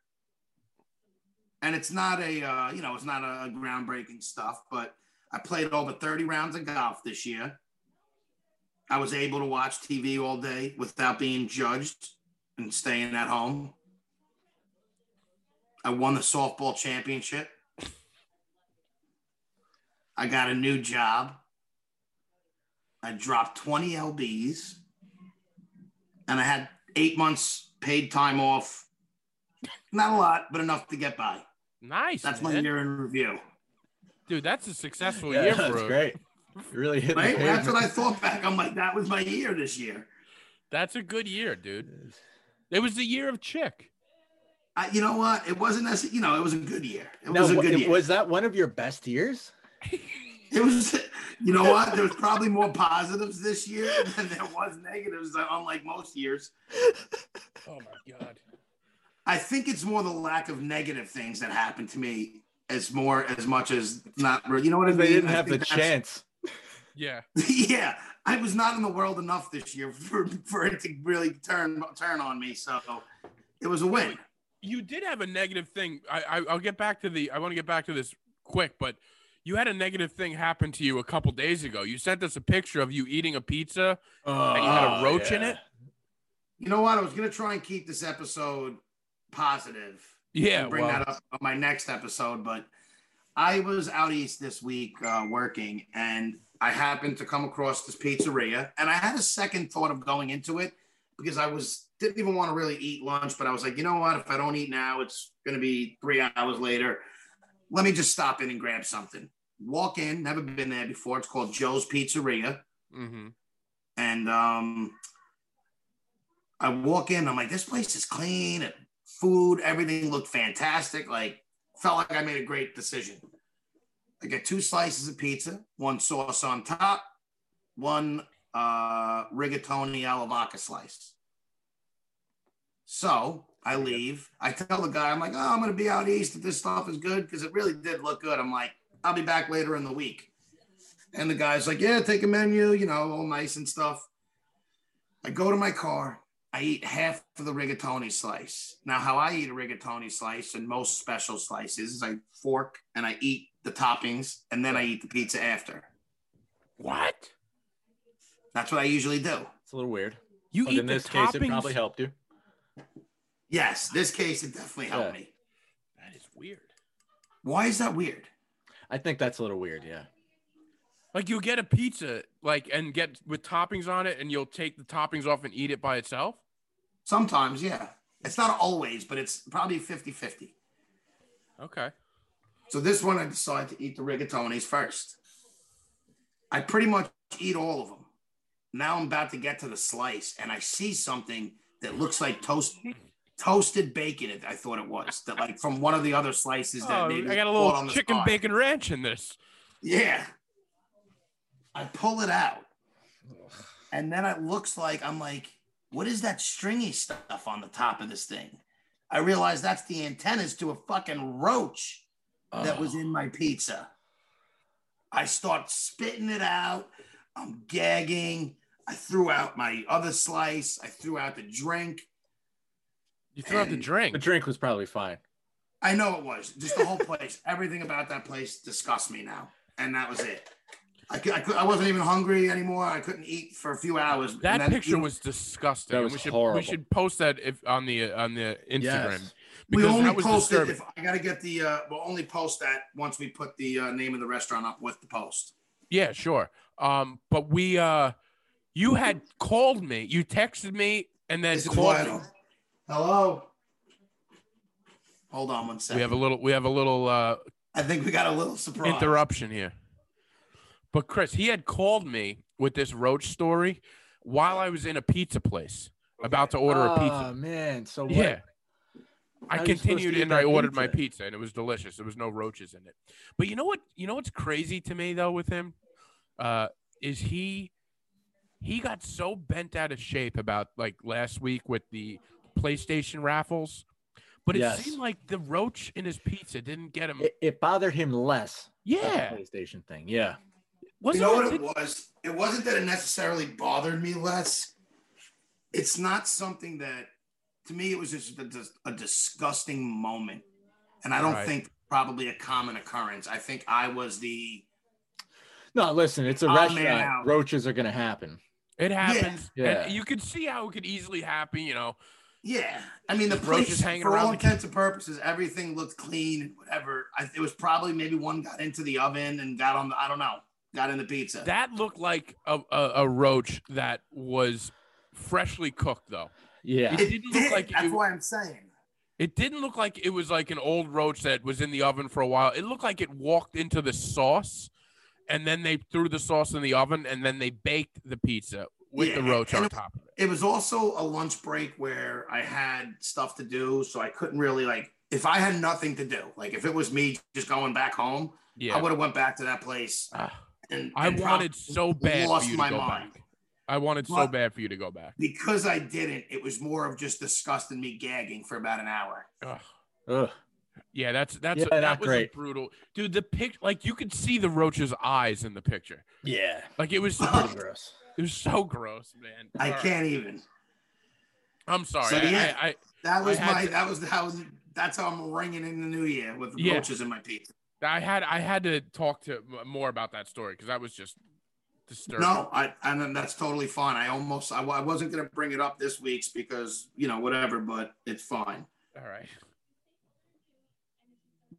C: And it's not a, uh, you know, it's not a groundbreaking stuff, but I played over 30 rounds of golf this year. I was able to watch TV all day without being judged and staying at home. I won the softball championship. I got a new job. I dropped 20 LBs and I had eight months paid time off. Not a lot, but enough to get by.
B: Nice.
C: That's my
B: man.
C: year in review.
B: Dude, that's a successful
D: yeah,
B: year
D: that's
B: for a,
D: great. You really hit
C: Right?
D: the
C: That's what
D: pavement.
C: I thought back. I'm like, that was my year this year.
B: that's a good year, dude. It was the year of chick.
C: I, you know what? It wasn't necessarily, you know, it was a good year. It
D: Now,
C: was a
D: wa-
C: good
D: it-
C: year.
D: was that one of your best years?
C: It was, you know what? There was probably more positives this year than there was negatives, uh, unlike most years.
B: Oh my god.
C: I think it's more the lack of negative things that happened to me as more as much as not. really- You know what I mean?
D: They didn't
C: I
D: have the
C: think that's-
D: chance.
B: Yeah.
C: yeah, I was not in the world enough this year for, for it to really turn turn on me. So it was a win.
B: You did have a negative thing. I, I I'll get back to the I want to get back to this quick, but you had a negative thing happen to you a couple days ago. You sent us a picture of you eating a pizza.
D: and
B: you had a roach in it?
C: You know what? I was gonna try and keep this episode positive.
B: Yeah.
C: and bring
B: well,
C: that up on my next episode, but I was out east this week uh, working, and I happened to come across this pizzeria, and I had a second thought of going into it because I was didn't even want to really eat lunch, but I was like, you know what? If I don't eat now, it's gonna be three hours later. Let me just stop in and grab something. Walk in, never been there before. It's called Joe's Pizzeria
B: mhm.
C: and um, I walk in. I'm like, this place is clean. and Food, everything looked fantastic. Like, felt like I made a great decision. I get two slices of pizza, one sauce on top, one uh, rigatoni alla vodka slice. So I leave. I tell the guy, I'm like, oh, I'm gonna be out east if this stuff is good because it really did look good. I'm like, I'll be back later in the week. And the guy's like, Yeah, take a menu, you know, all nice and stuff. I go to my car. I eat half of the rigatoni slice. Now, how I eat a rigatoni slice and most special slices is I fork and I eat the toppings and then I eat the pizza after.
B: What?
C: That's what I usually do.
D: It's a little weird.
B: You
D: But
B: eat
D: in
B: the
D: this
B: toppings?
D: case, it probably helped you.
C: Yes, this case it definitely helped
D: Yeah.
C: me.
B: That is weird.
C: Why is that weird?
D: I think that's a little weird. Yeah.
B: Like you get a pizza, like and get with toppings on it, and you'll take the toppings off and eat it by itself.
C: Sometimes, yeah. It's not always, but it's probably 50 50.
B: Okay.
C: So this one, I decided to eat the rigatonis first. I pretty much eat all of them. Now I'm about to get to the slice, and I see something that looks like toast, toasted bacon. it- I thought it was that, like from one of the other slices. That
B: Oh,
C: maybe
B: I got a
C: was caught on
B: little
C: the
B: chicken
C: spot.
B: bacon ranch in this.
C: Yeah. I pull it out, and then it looks like I'm like, what is that stringy stuff on the top of this thing? I realize that's the antennas to a fucking roach
D: Uh,
C: that was in my pizza. I start spitting it out. I'm gagging. I threw out my other slice. I threw out the drink.
B: You throw out the
C: And-
D: The
B: drink.
D: drink was probably fine.
C: I know it was just the whole place. Everything about that place disgusts me now. And that was it. I, cou- I, cou- I wasn't even hungry anymore. I couldn't eat for a few hours. And
B: That
C: then
B: picture
C: even-
B: was disgusting.
D: That
B: and
D: was
B: we should
D: horrible.
B: we should post that if on the on the Instagram
D: Yes.
C: We
B: because
C: only
B: that was
C: posted.
B: disturbing.
C: If I got to get the, uh, we'll only post that once we put the uh, name of the restaurant up with the post.
B: Yeah, sure. Um, but we uh, you had called me. You texted me and then
C: This is why
B: called
C: I
B: me.
C: don't- Hello. Hold on one second.
B: We have a little we have a little uh
C: I think we got a little surprise.
B: interruption here. But Chris, he had called me with this roach story while I was in a pizza place about to order a pizza.
D: Oh man. So what?
B: Yeah. I
D: How you supposed to
B: continued
D: eat
B: and
D: that
B: I ordered my
D: pizza?
B: pizza and it was delicious. There was no roaches in it. But you know what? You know what's crazy to me though with him uh, is he he got so bent out of shape about like last week with the PlayStation raffles, but it
D: Yes.
B: seemed like the roach in his pizza didn't get him.
D: It, it bothered him less. that
B: yeah,
D: PlayStation thing. Yeah.
B: was
C: You know what it was? It wasn't that it necessarily bothered me less. It's not something that, to me, it was just a, dis- a disgusting moment, and I don't
B: Right.
C: think probably a common occurrence. I think I was the
D: No, listen. It's a
C: Oh, man,
D: restaurant.
C: Al.
D: Roaches are gonna happen.
B: It happens.
D: Yeah.
B: And you could see how it could easily happen. You know,
C: yeah. I mean, the
B: The roach is
C: place,
B: hanging
C: for
B: around
C: all
B: the-
C: intents and purposes, everything looked clean and whatever. I, it was probably maybe one got into the oven and got on the I don't know, got in the pizza.
B: that looked like a, a, a roach that was freshly cooked though.
D: Yeah.
C: it
B: didn't look
C: did.
B: like
C: That's
B: it-
C: why I'm saying.
B: It didn't look like it was like an old roach that was in the oven for a while. It looked like it walked into the sauce, and then they threw the sauce in the oven, and then they baked the pizza with the
C: Yeah,
B: roach
C: and
B: on
C: it-
B: top of it.
C: it was also a lunch break where I had stuff to do, so I couldn't really like if I had nothing to do, like if it was me just going back home, I
B: Yeah.
C: would have went back to that place.
B: Ah,
C: And,
B: I
C: and
B: wanted so bad for
C: lost
B: you to
C: my
B: go
C: mind.
B: back. I wanted so
C: What?
B: bad for you to go back.
C: because I didn't. It was more of just disgust and me gagging for about an hour.
B: Ugh.
D: Ugh.
B: Yeah, that's that's
D: Yeah,
B: that
D: not
B: was
D: great.
B: a brutal, dude. The pic, like you could see the roach's eyes in the picture.
D: Yeah.
B: Like it was,
D: Pretty gross.
B: it was so gross, man.
C: I
B: All right.
C: can't even.
B: I'm sorry.
C: So,
B: I-
C: yeah.
B: I, I,
C: That was
B: I had
C: my.
B: to-
C: that was that was. That's how I'm ringing in the new year with
B: Yeah.
C: roaches in my teeth.
B: I had I had to talk to m- more about that story because that was just disturbing.
C: No, I and then that's totally fine. I almost I, I wasn't gonna bring it up this week's because you know whatever, but it's fine.
B: All right.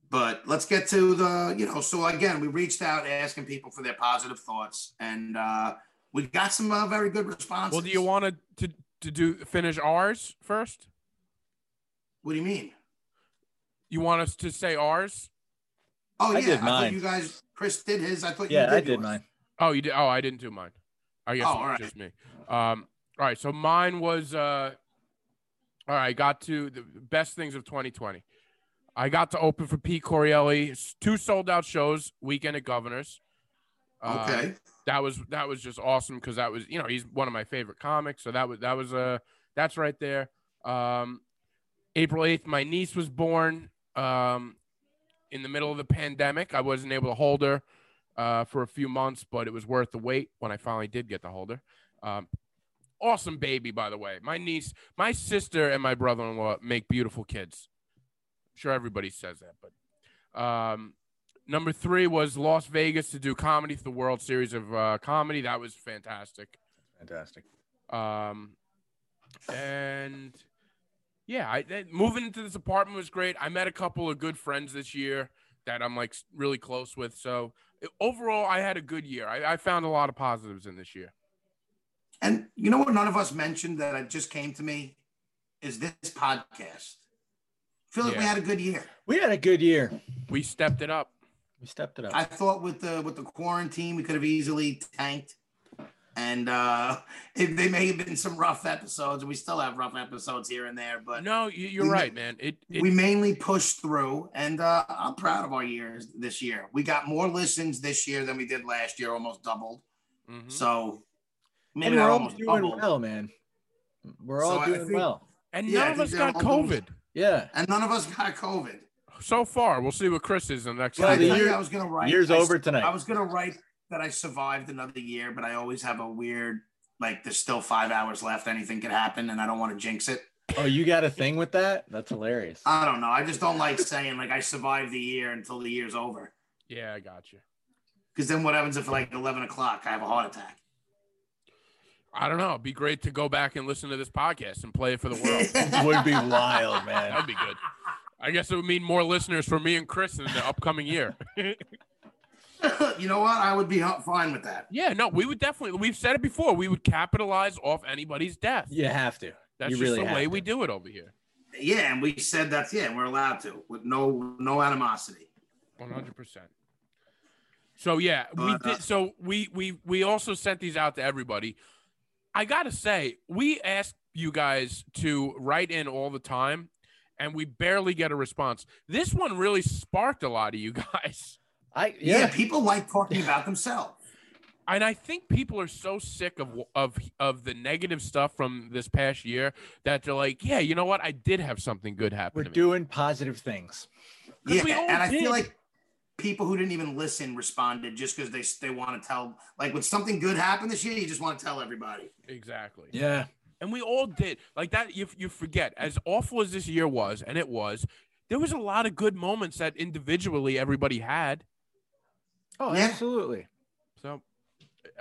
C: But let's get to the you know. So again, we reached out asking people for their positive thoughts, and uh, we got some uh, very good responses.
B: Well, do you want to to do finish ours first?
C: What do you mean?
B: You want us to say ours?
C: Oh
D: I
C: yeah,
D: did
C: I thought
D: mine.
C: you guys. Chris did his. I thought you
D: Yeah,
C: did
D: I did
C: yours.
D: mine.
B: Oh, you did. Oh, I didn't do mine. I guess
C: Oh,
B: it's
C: all right.
B: just me. Um, all right. So mine was. Uh, all right. Got to the best things of 2020. I got to open for Pete Corielli. s- Two sold out shows. Weekend at Governors. Uh,
C: Okay.
B: that was that was just awesome because that was you know he's one of my favorite comics so that was that was uh that's right there um april 8th my niece was born um in the middle of the pandemic i wasn't able to hold her uh for a few months but it was worth the wait when i finally did get to hold her um awesome baby by the way my niece my sister and my brother-in-law make beautiful kids I'm sure everybody says that but um Number three was Las Vegas to do comedy for the World Series of uh, Comedy. That was fantastic.
D: Fantastic.
B: Um, and yeah, I, that- moving into this apartment was great. I met a couple of good friends this year that I'm like s- really close with. So it- overall, I had a good year. I, I found a lot of positives in this year.
C: And you know what? None of us mentioned that it just came to me is this podcast. I feel like we
B: Yeah.
C: had a good year.
D: We had a good year.
B: We stepped it up.
D: We stepped it up.
C: I thought with the with the quarantine we could have easily tanked, and uh, it, they may have been some rough episodes. We still have rough episodes here and there, but
B: No, you, you're
C: we-
B: right, man. It, it
C: we mainly pushed through. And uh, I'm proud of our years this year. We got more listens this year than we did last year, almost doubled.
B: mhm.
C: So
D: and
C: maybe
D: we're
C: not
D: all
C: almost
D: doing
C: doubled.
D: well, man. We're
C: So
D: all
C: I
D: doing
C: think-
D: well.
B: and
C: yeah,
B: none
C: I
B: of
C: think
B: us
C: they're
B: got
C: all doing-
B: COVID
D: Yeah.
C: And none of us got COVID.
B: so far. We'll see what Chris is in the next.
C: Can I
D: Well, the
B: video.
C: tell you
D: year-
C: I was gonna write.
D: Year's
C: I s-
D: over tonight.
C: I was gonna write that I survived another year, but I always have a weird like there's still five hours left. Anything could happen, and I don't want to jinx it.
D: oh, you got a thing with that? That's hilarious.
C: I don't know. I just don't like saying like I survived the year until the year's over,
B: yeah, I got you.
C: because then what happens if like eleven o'clock I have a heart attack?
B: I don't know. It'd be great to go back and listen to this podcast and play it for the world.
D: would be wild, man.
B: That'd be good. I guess it would mean more listeners for me and Chris in the upcoming year.
C: you know what? I would be h- fine with that.
B: yeah, no, we would definitely. We've said it before. We would capitalize off anybody's death.
D: You have to.
B: That's
D: you
B: just
D: really
B: the
D: have
B: way
D: to.
B: we do it over here.
C: Yeah, and we said that's yeah, we're allowed to with no no animosity.
B: One hundred percent. So yeah, we
C: But, uh,
B: did. So we we we also sent these out to everybody. I gotta say, we asked you guys to write in all the time, and we barely get a response. This one really sparked a lot of you guys,
D: I
C: Yeah,
D: yeah.
C: people like talking about themselves.
B: and I think people are so sick of of of the negative stuff from this past year that they're like, yeah, you know what? I did have something good happen.
D: We're
B: to me.
D: doing positive things.
B: 'Cause
C: Yeah,
B: we all
C: and I
B: did.
C: feel like people who didn't even listen responded just because they they want to tell. Like when something good happened this year, you just want to tell everybody.
B: exactly.
D: Yeah.
B: and we all did like that you, you forget as awful as this year was and it was there was a lot of good moments that individually everybody had
D: Oh,
C: Yeah.
D: absolutely.
B: so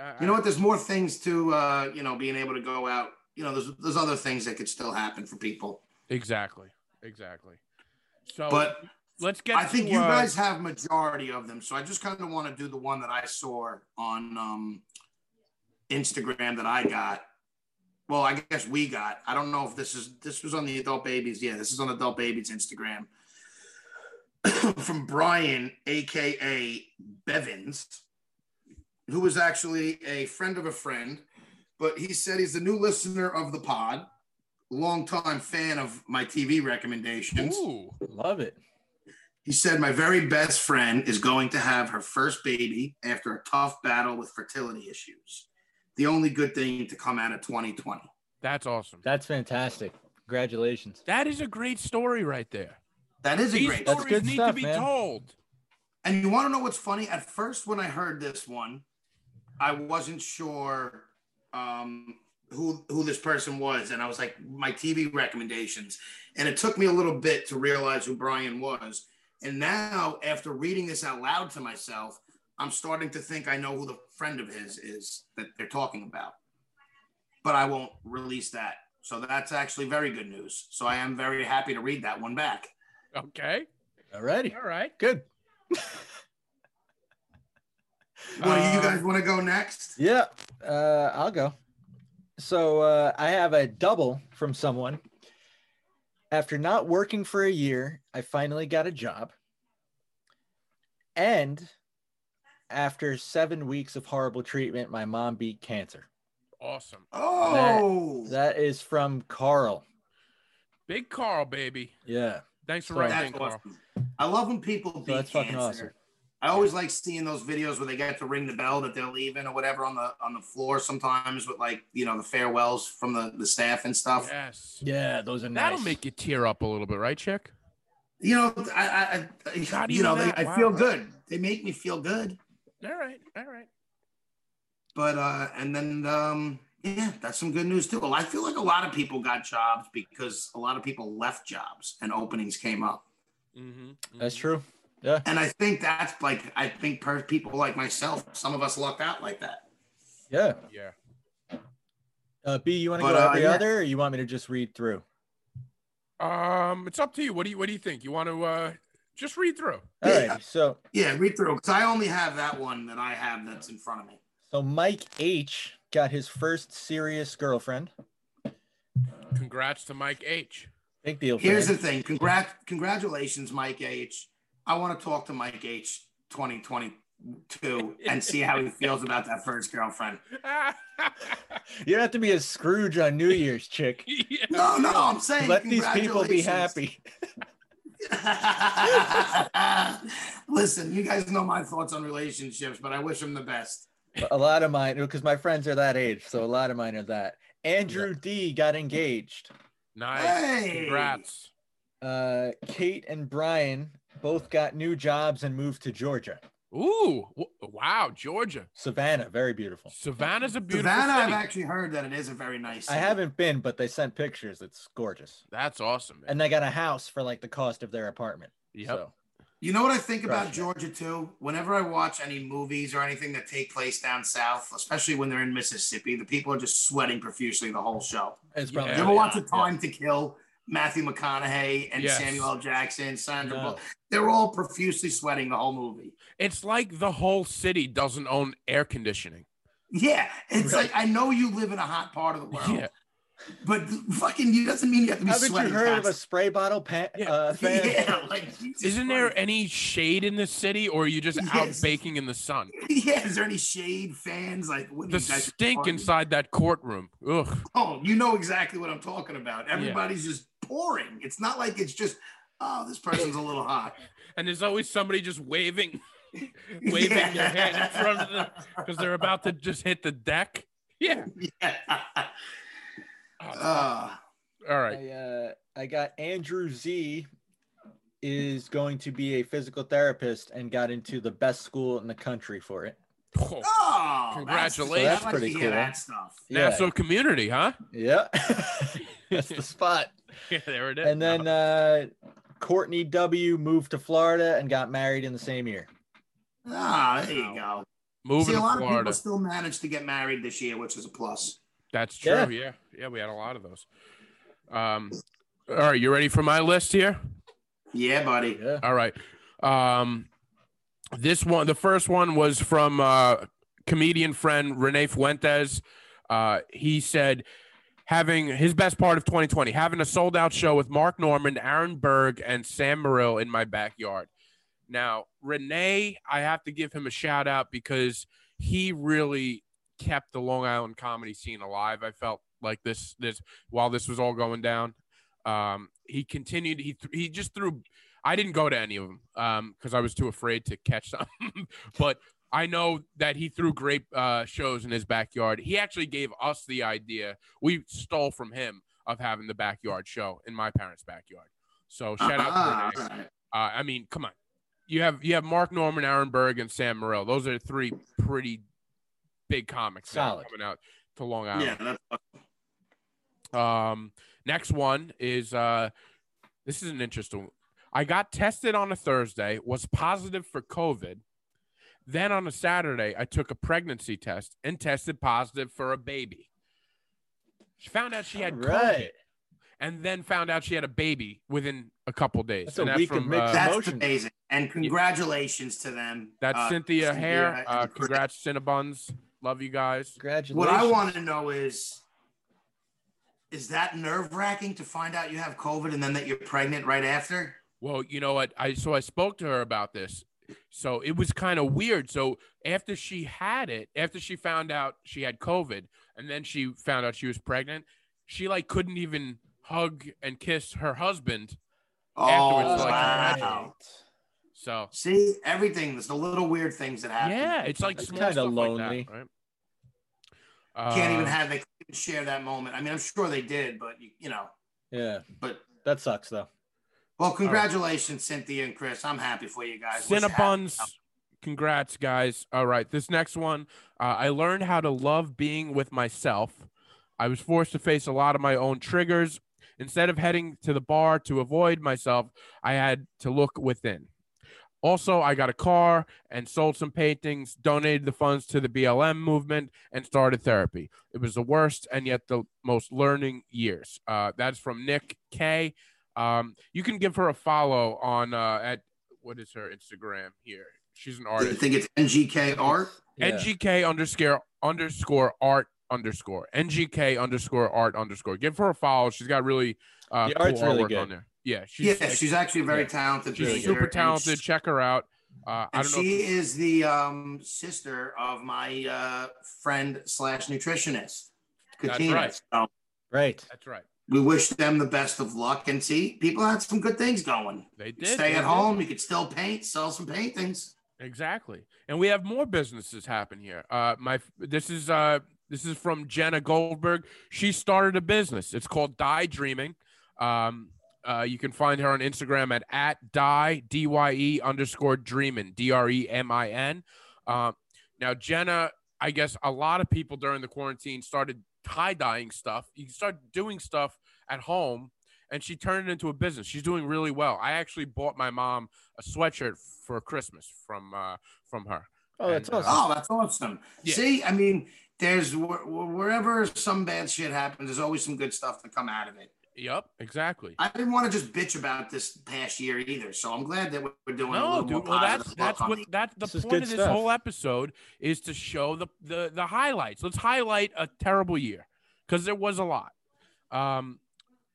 B: I,
C: You know what? There's more things to uh, you know being able to go out. You know, there's there's other things that could still happen for people.
B: exactly exactly so
C: But
B: let's get
C: I think
B: to,
C: you
B: uh,
C: guys have majority of them, so I just kind of want to do the one that I saw on um, Instagram that I got. Well, I guess we got. I don't know if this is this was on the adult babies. Yeah, this is on adult babies Instagram from Brian, aka Bevins, who was actually a friend of a friend, but he said he's a new listener of the pod longtime fan of my TV recommendations.
B: Ooh.
D: Love it.
C: He said, My very best friend is going to have her first baby after a tough battle with fertility issues. The only good thing to come out of 2020.
B: That's awesome.
D: That's fantastic. Congratulations.
B: That is a great story right there.
C: That is a
B: These
C: great
D: That's
B: stories
D: good
B: need to
D: stuff,
B: be
D: man.
B: told.
C: And you want to know what's funny? At first, when I heard this one, I wasn't sure um, who who this person was, and I was like, my TV recommendations. And it took me a little bit to realize who Brian was. And now, after reading this out loud to myself, I'm starting to think I know who the friend of his is that they're talking about. But I won't release that. So that's actually very good news. So I am very happy to read that one back.
B: Okay.
D: Alrighty.
B: All right.
D: Good.
C: What do you
B: Um,
C: guys want to go next?
D: Yeah, uh, I'll go. So uh, I have a double from someone. After not working for a year, I finally got a job. And after seven weeks of horrible treatment, my mom beat cancer.
B: Awesome.
C: Oh,
D: That is from Carl.
B: Big Carl, baby.
D: Yeah.
B: Thanks for
D: So-
B: writing,
C: That's
B: in, Carl.
C: awesome. I love when people beat
D: that's fucking
C: cancer.
D: awesome.
C: I always like seeing those videos where they get to ring the bell that they're leaving or whatever on the on the floor sometimes with like you know the farewells from the, the staff and stuff.
B: Yes.
D: Yeah, those are nice.
B: That'll make you tear up a little bit, right, Chick?
C: You know, I, I, I
B: God,
C: you
B: even
C: know they,
B: that,
C: I
B: wow.
C: feel good. They make me feel good.
B: All right. All right.
C: But uh and then um yeah, that's some good news too. I feel like a lot of people got jobs because a lot of people left jobs and openings came up.
B: Mm-hmm.
D: That's true.
C: And I think that's like I think per- people like myself, some of us lucked out like that.
D: Yeah.
B: Mm-hmm. Yeah.
D: Uh, B, you want to
C: But,
D: go
C: uh,
D: every
C: yeah.
D: other, or you want me to just read through?
B: Um, it's up to you. What do you What do you think? You want to uh just read through?
D: All right.
C: Yeah.
D: So
C: Yeah, read through because I only have that one that I have that's in front of me.
D: So Mike H got his first serious girlfriend.
B: Congrats to Mike H.
D: Big deal. for
C: Here's
D: him.
C: the thing. Congrat, congratulations, Mike H. I want to talk to Mike H. 2022 and see how he feels about that first girlfriend.
D: you don't have to be a Scrooge on New Year's, chick.
C: No, no, I'm saying
D: Let these people be
C: congratulations.
D: happy.
C: Listen, you guys know my thoughts on relationships, but I wish him the best.
D: But A lot of mine, because my friends are that age, so a lot of mine are that. Andrew D got engaged.
B: Nice.
C: Hey!
B: Congrats.
D: Uh, Kate and Brian both got new jobs and moved to Georgia,
B: Ooh. w- Wow. Georgia.
D: Savannah. Very beautiful.
B: Savannah's a beautiful
C: Savannah, I've
B: city.
C: actually heard that it is a very nice.
D: I
C: city.
D: haven't been, but they sent pictures. It's gorgeous,
B: That's awesome. Man.
D: and they got a house for like the cost of their apartment.
B: Yep.
D: So
C: You know what I think about
D: Right.
C: Georgia too? Whenever I watch any movies or anything that take place down south, especially when they're in Mississippi, the people are just sweating profusely the whole show.
D: it's probably
B: Yeah.
C: you ever
B: Oh,
C: watch A
D: Yeah.
C: Time to Kill? Matthew McConaughey and
B: Yes.
C: Samuel L. Jackson, Sandra
D: No.
C: Bullock, they're all profusely sweating the whole movie.
B: It's like the whole city doesn't own air conditioning.
C: Yeah, it's
D: Really?
C: like I know you live in a hot part of the world,
B: Yeah.
C: but fucking you doesn't mean you have to be
D: Haven't
C: sweating.
D: you heard of a
C: constantly.
D: spray bottle pa-
B: Yeah.
D: uh, fan?
C: Yeah, like Jesus
B: Isn't there
C: Christ.
B: any shade in the city, or are you just out
C: Yes.
B: baking in the sun?
C: Yeah, is there any shade fans? Like what do
B: The
C: you guys
B: stink
C: party?
B: inside that courtroom. Ugh.
C: Oh, you know exactly what I'm talking about. Everybody's just pouring. It's not like it's just, oh, this person's a little hot.
B: And there's always somebody just waving, waving their hand in front of them because they're about to just hit the deck. Yeah. Oh,
C: Uh,
B: all right.
D: I, uh, I got Andrew Z is going to be a physical therapist and got into the best school in the country for it.
B: Oh,
C: oh,
B: Congratulations.
C: That's,
D: That's
C: I like to
D: pretty
C: hear
D: cool.
C: that stuff.
B: Nassau community, huh?
D: Yeah. Yeah. That's the spot.
B: Yeah, there it is.
D: And then uh, Courtney W moved to Florida and got married in the same year.
C: Ah, there you go.
B: moving
C: See, a
B: to
C: lot of
B: Florida.
C: people still managed to get married this year, which is a plus.
B: That's true.
D: Yeah.
B: Yeah. yeah. we had a lot of those. Um, all right, you ready for my list here?
C: Yeah, buddy.
D: Yeah.
B: All right. Um, this one, the first one was from uh, comedian friend Rene Fuentes. Uh, he said, having his best part of 2020, having a sold out show with Mark Norman, Aaron Berg, and Sam Morrill in my backyard. Now, Rene, I have to give him a shout out because he really kept the Long Island comedy scene alive. I felt like this this while this was all going down. Um, he continued. He th- he just threw. I didn't go to any of them because I was too afraid to catch them. but I know that he threw great uh, shows in his backyard. He actually gave us the idea. We stole from him of having the backyard show in my parents' backyard. So shout out to Renee. Uh,
C: Ah,
B: I mean, come on. You have you have Mark Norman, Aaron Berg, and Sam Morril. Those are three pretty big comics now
D: Solid.
B: coming out to Long
C: yeah,
B: Island.
C: that's
B: Um, next one is uh, this is an interesting. one. I got tested on a Thursday, was positive for COVID. Then on a Saturday, I took a pregnancy test and tested positive for a baby. She found out she had
D: All
B: COVID
D: right.
B: and then found out she had a baby within a couple days.
D: That's a
B: And
D: week of mixed-
B: uh,
C: that's
D: Emotions.
C: amazing. And congratulations to them.
B: that's
C: Uh,
B: Cynthia Hare.
C: and
B: Uh,
C: Chris.
B: congrats, Cinnabuns. Love you guys.
D: Congratulations.
C: What I want to know is, is that nerve wracking to find out you have COVID and then that you're pregnant right after?
B: Well, you know what? I so I spoke to her about this. So it was kind of weird. So after she had it, after she found out she had COVID, and then she found out she was pregnant, she like couldn't even hug and kiss her husband. Afterwards, like,
D: Right.
C: Oh, wow.
B: So
C: See, everything, there's the little weird things that happen.
B: yeah, it's like
D: That's
B: small
D: kinda
B: stuff
D: lonely.
B: like that, right? Uh,
C: Can't even have, they couldn't share that moment. I mean, I'm sure they did, but you, you know,
D: Yeah,
C: but
D: that sucks though.
C: well, congratulations, Cynthia and Chris. I'm happy for you guys. What's
B: Cinnabons,
C: happening?
B: congrats, guys. All right, this next one. Uh, I learned how to love being with myself. I was forced to face a lot of my own triggers. Instead of heading to the bar to avoid myself, I had to look within. Also, I got a car and sold some paintings, donated the funds to the BLM movement, and started therapy. It was the worst and yet the most learning years. Uh, that's from Nick K. Um, you can give her a follow on uh, at what is her Instagram here? She's an
C: I
B: artist.
C: think it's NGK art.
D: Yeah.
B: NGK underscore underscore art underscore NGK underscore art underscore. Give her a follow. She's got really uh,
D: The
B: cool
D: art's really
B: artwork
D: good.
B: on there. Yeah, she's
C: Yeah, she's actually a very
B: yeah.
C: talented.
B: she's
C: painter,
B: super
C: and
B: talented.
C: she-
B: Check her out. Uh, I
C: And
B: don't know. if-
C: she is the um, sister of my uh, friend slash nutritionist,
B: That's
C: Katina.
B: right.
C: So
D: Right.
B: That's right.
C: we wish them the best of luck. And see, people had some good things going.
B: They did
C: Stay
B: They
C: at
B: did.
C: home. You could still paint, sell some paintings.
B: Exactly. And we have more businesses happen here. Uh, my this is uh this is from Jenna Goldberg. She started a business. It's called Die Dreaming. Um, uh, you can find her on Instagram at at die d y e underscore dreamin d r e m i n. Um, now Jenna, I guess a lot of people during the quarantine started tie dyeing stuff. You can start doing stuff at home, and she turned it into a business. She's doing really well. I actually bought my mom a sweatshirt for Christmas from uh, from her.
D: Oh, that's
B: And, uh,
D: awesome.
C: Oh, that's awesome.
B: Yeah.
C: See, I mean, there's wh- wh- wherever some bad shit happens, there's always some good stuff to come out of it.
B: Yep, exactly.
C: I didn't want to just bitch about this past year either. So I'm glad that we're doing a
B: no,
C: little more
B: dude. Well, that's
C: positive
B: that's
C: look on
B: what
C: it.
B: that's the
D: This is
B: point
D: good
B: of this
D: stuff.
B: whole episode is to show the the the highlights. Let's highlight a terrible year because there was a lot. Um,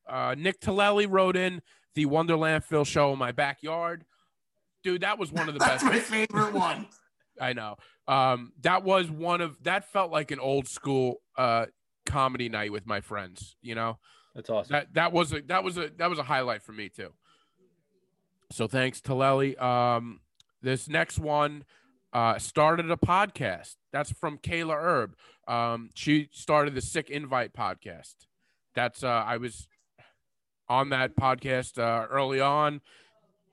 B: uh, Nick Tillelli wrote in the Wonderland Phil show in my backyard. Dude, that was one of the
C: That's
B: best.
C: my favorite one.
B: I know. Um, that was one of that felt like an old school uh comedy night with my friends. You know,
D: That's awesome.
B: that that was a that was a that was a highlight for me too. So thanks to Lely. Um, this next one uh, started a podcast. That's from Kayla Herb. Um, she started the Sick Invite podcast. That's uh, I was on that podcast uh, early on.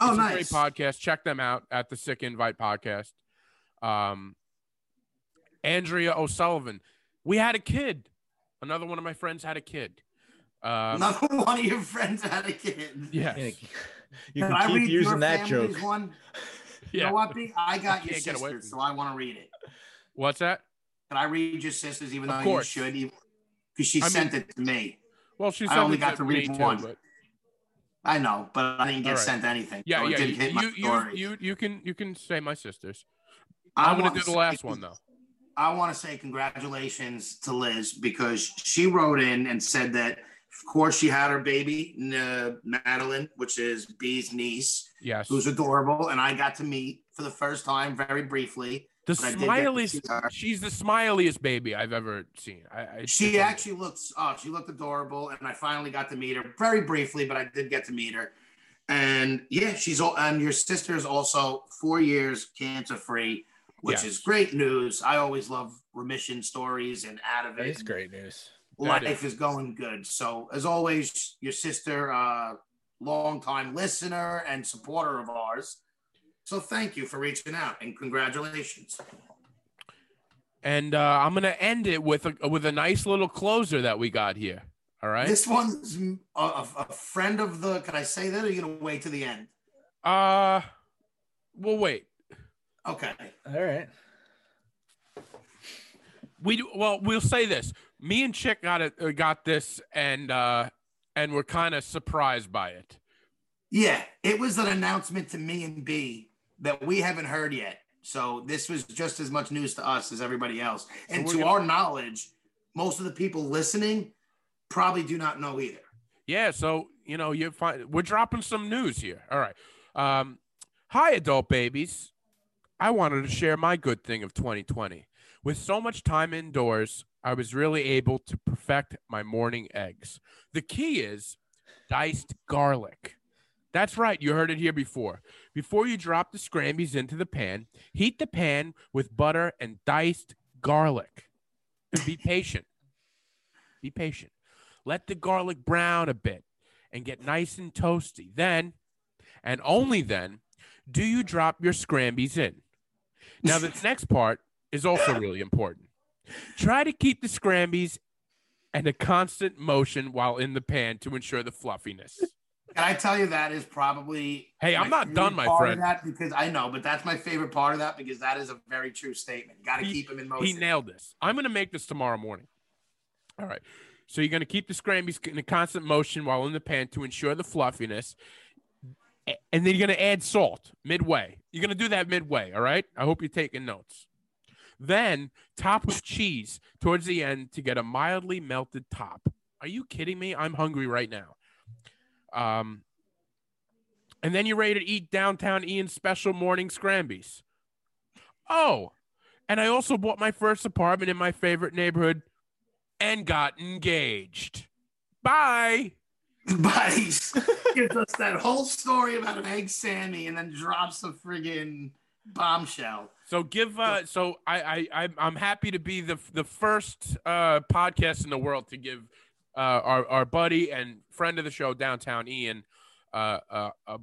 C: Oh,
B: it's
C: nice.
B: a great podcast. Check them out at the Sick Invite podcast. Um, Andrea O'Sullivan, we had a kid. Another one of my friends had a kid. Um,
C: Another one of your friends had a kid.
B: yes.
D: You you
C: I
D: can
C: read
D: keep
C: your
D: using that
C: family's
D: joke.
C: One? You
B: Yeah.
C: know what, B? I got your
B: can't get away
C: sister,
B: from
C: so I want to read it.
B: What's that?
C: Can I read your sister's, even
B: Of
C: though
B: course.
C: you should? Because she
B: I mean-
C: sent it to me.
B: Well, she
C: I
B: said
C: only
B: it
C: got to read
B: me too,
C: one.
B: but-
C: I know, but I didn't get
B: All right.
C: sent anything.
B: yeah,
C: so it
B: yeah.
C: didn't hit
B: You,
C: my
B: you, you,
C: story.
B: you, you can you can say my sisters. I'm gonna
C: want
B: do
C: to
B: the last one though.
C: I want to say congratulations to Liz because she wrote in and said that, of course, she had her baby, N- Madeline, which is B's niece,
B: Yes,
C: who's adorable, and I got to meet for the first time very briefly.
B: The
C: I did get to see her.
B: smiliest. She's the smiliest baby I've ever seen. I, I
C: She actually looks oh, she looked adorable, and I finally got to meet her very briefly, but I did get to meet her. And yeah, she's all and your sister's also four years cancer free, which
B: Yes.
C: is great news. I always love remission stories and out of
D: That
C: it.
D: is great news.
B: That
C: Life is going good. So as always, your sister, uh longtime listener and supporter of ours. So thank you for reaching out and congratulations.
B: And uh, I'm gonna end it with a with a nice little closer that we got here. All right.
C: This one's m- a, a- a friend of the. Can I say that? Or are you gonna wait to the end?
B: Uh, well, wait.
C: Okay.
D: All right.
B: We do, well, we'll say this. Me and Chick got it. uh, Got this, and uh, and we're kind of surprised by it.
C: Yeah, it was an announcement to me and B that we haven't heard yet. So this was just as much news to us as everybody else. And
B: we're
C: to
B: gonna-
C: our knowledge, most of the people listening probably do not know either.
B: Yeah. So you know, you're fine. We're dropping some news here. All right. Um, hi, adult babies. I wanted to share my good thing of 2020. With so much time indoors, I was really able to perfect my morning eggs. The key is diced garlic. That's right, you heard it here before. Before you drop the scrambies into the pan, heat the pan with butter and diced garlic. And be patient. Be patient. Let the garlic brown a bit and get nice and toasty. Then, and only then, do you drop your scrambies in. Now, this next part is also really important. Try to keep the scrambies and a constant motion while in the pan to ensure the fluffiness.
C: And I tell you that is probably
B: Hey, I'm not
C: favorite
B: done, my
C: part of
B: friend.
C: That because I know, but that's my favorite part of that because that is a very true statement. Got to
B: He-
C: keep him in
B: He
C: motion.
B: nailed this. I'm going to make this tomorrow morning. All right. So you're going to keep the scrambies in a constant motion while in the pan to ensure the fluffiness. A- And then you're going to add salt midway. You're going to do that midway. All right. I hope you're taking notes. Then top with cheese towards the end to get a mildly melted top. Are you kidding me? I'm hungry right now. Um, and then you're ready to eat downtown Ian's special morning scrambies. Oh, and I also bought my first apartment in my favorite neighborhood and got engaged. Bye.
C: buddies gives us that whole story about an egg Sammy and then drops a friggin' bombshell.
B: So give uh so I I I'm- I'm happy to be the the first uh podcast in the world to give uh our our buddy and friend of the show downtown Ian uh uh a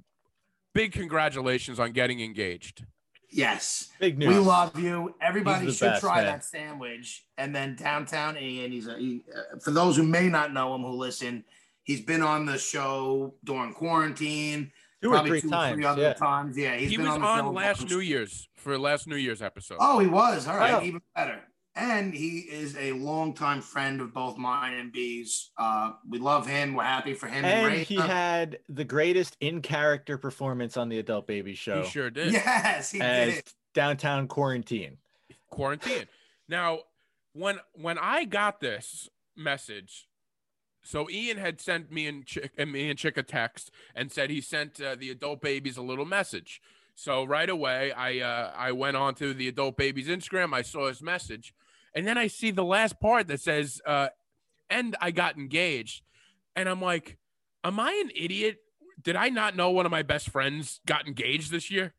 B: big congratulations on getting engaged.
C: Yes.
D: Big
C: We
D: news.
C: love you. Everybody
D: He's
C: should
D: the best,
C: try
D: man.
C: that sandwich. And then downtown Ian, he's a, he, uh, for those who may not know him who listen, he's been on the show during quarantine.
D: two or
C: probably
D: three
C: two
D: times.
C: Or three other
D: yeah.
C: times. Yeah, he's
B: he
C: been
B: was
C: on, the show
B: on last
C: once.
B: New Year's for last New Year's episode.
C: Oh, he was. All right,
D: Oh.
C: even better. And he is a longtime friend of both mine and B's. Uh, we love him. We're happy for him.
D: And
C: Raina.
D: he had the greatest in character performance on the Adult Baby Show
B: he sure did.
C: yes, he did.
D: as Downtown Quarantine.
B: quarantine. now, when when I got this message, so Ian had sent me and Chick and me and Chick a text and said he sent uh, the adult babies a little message. So right away, I uh, I went on to the adult babies Instagram. I saw his message, and then I see the last part that says, uh, "And I got engaged," and I'm like, "Am I an idiot? Did I not know one of my best friends got engaged this year?"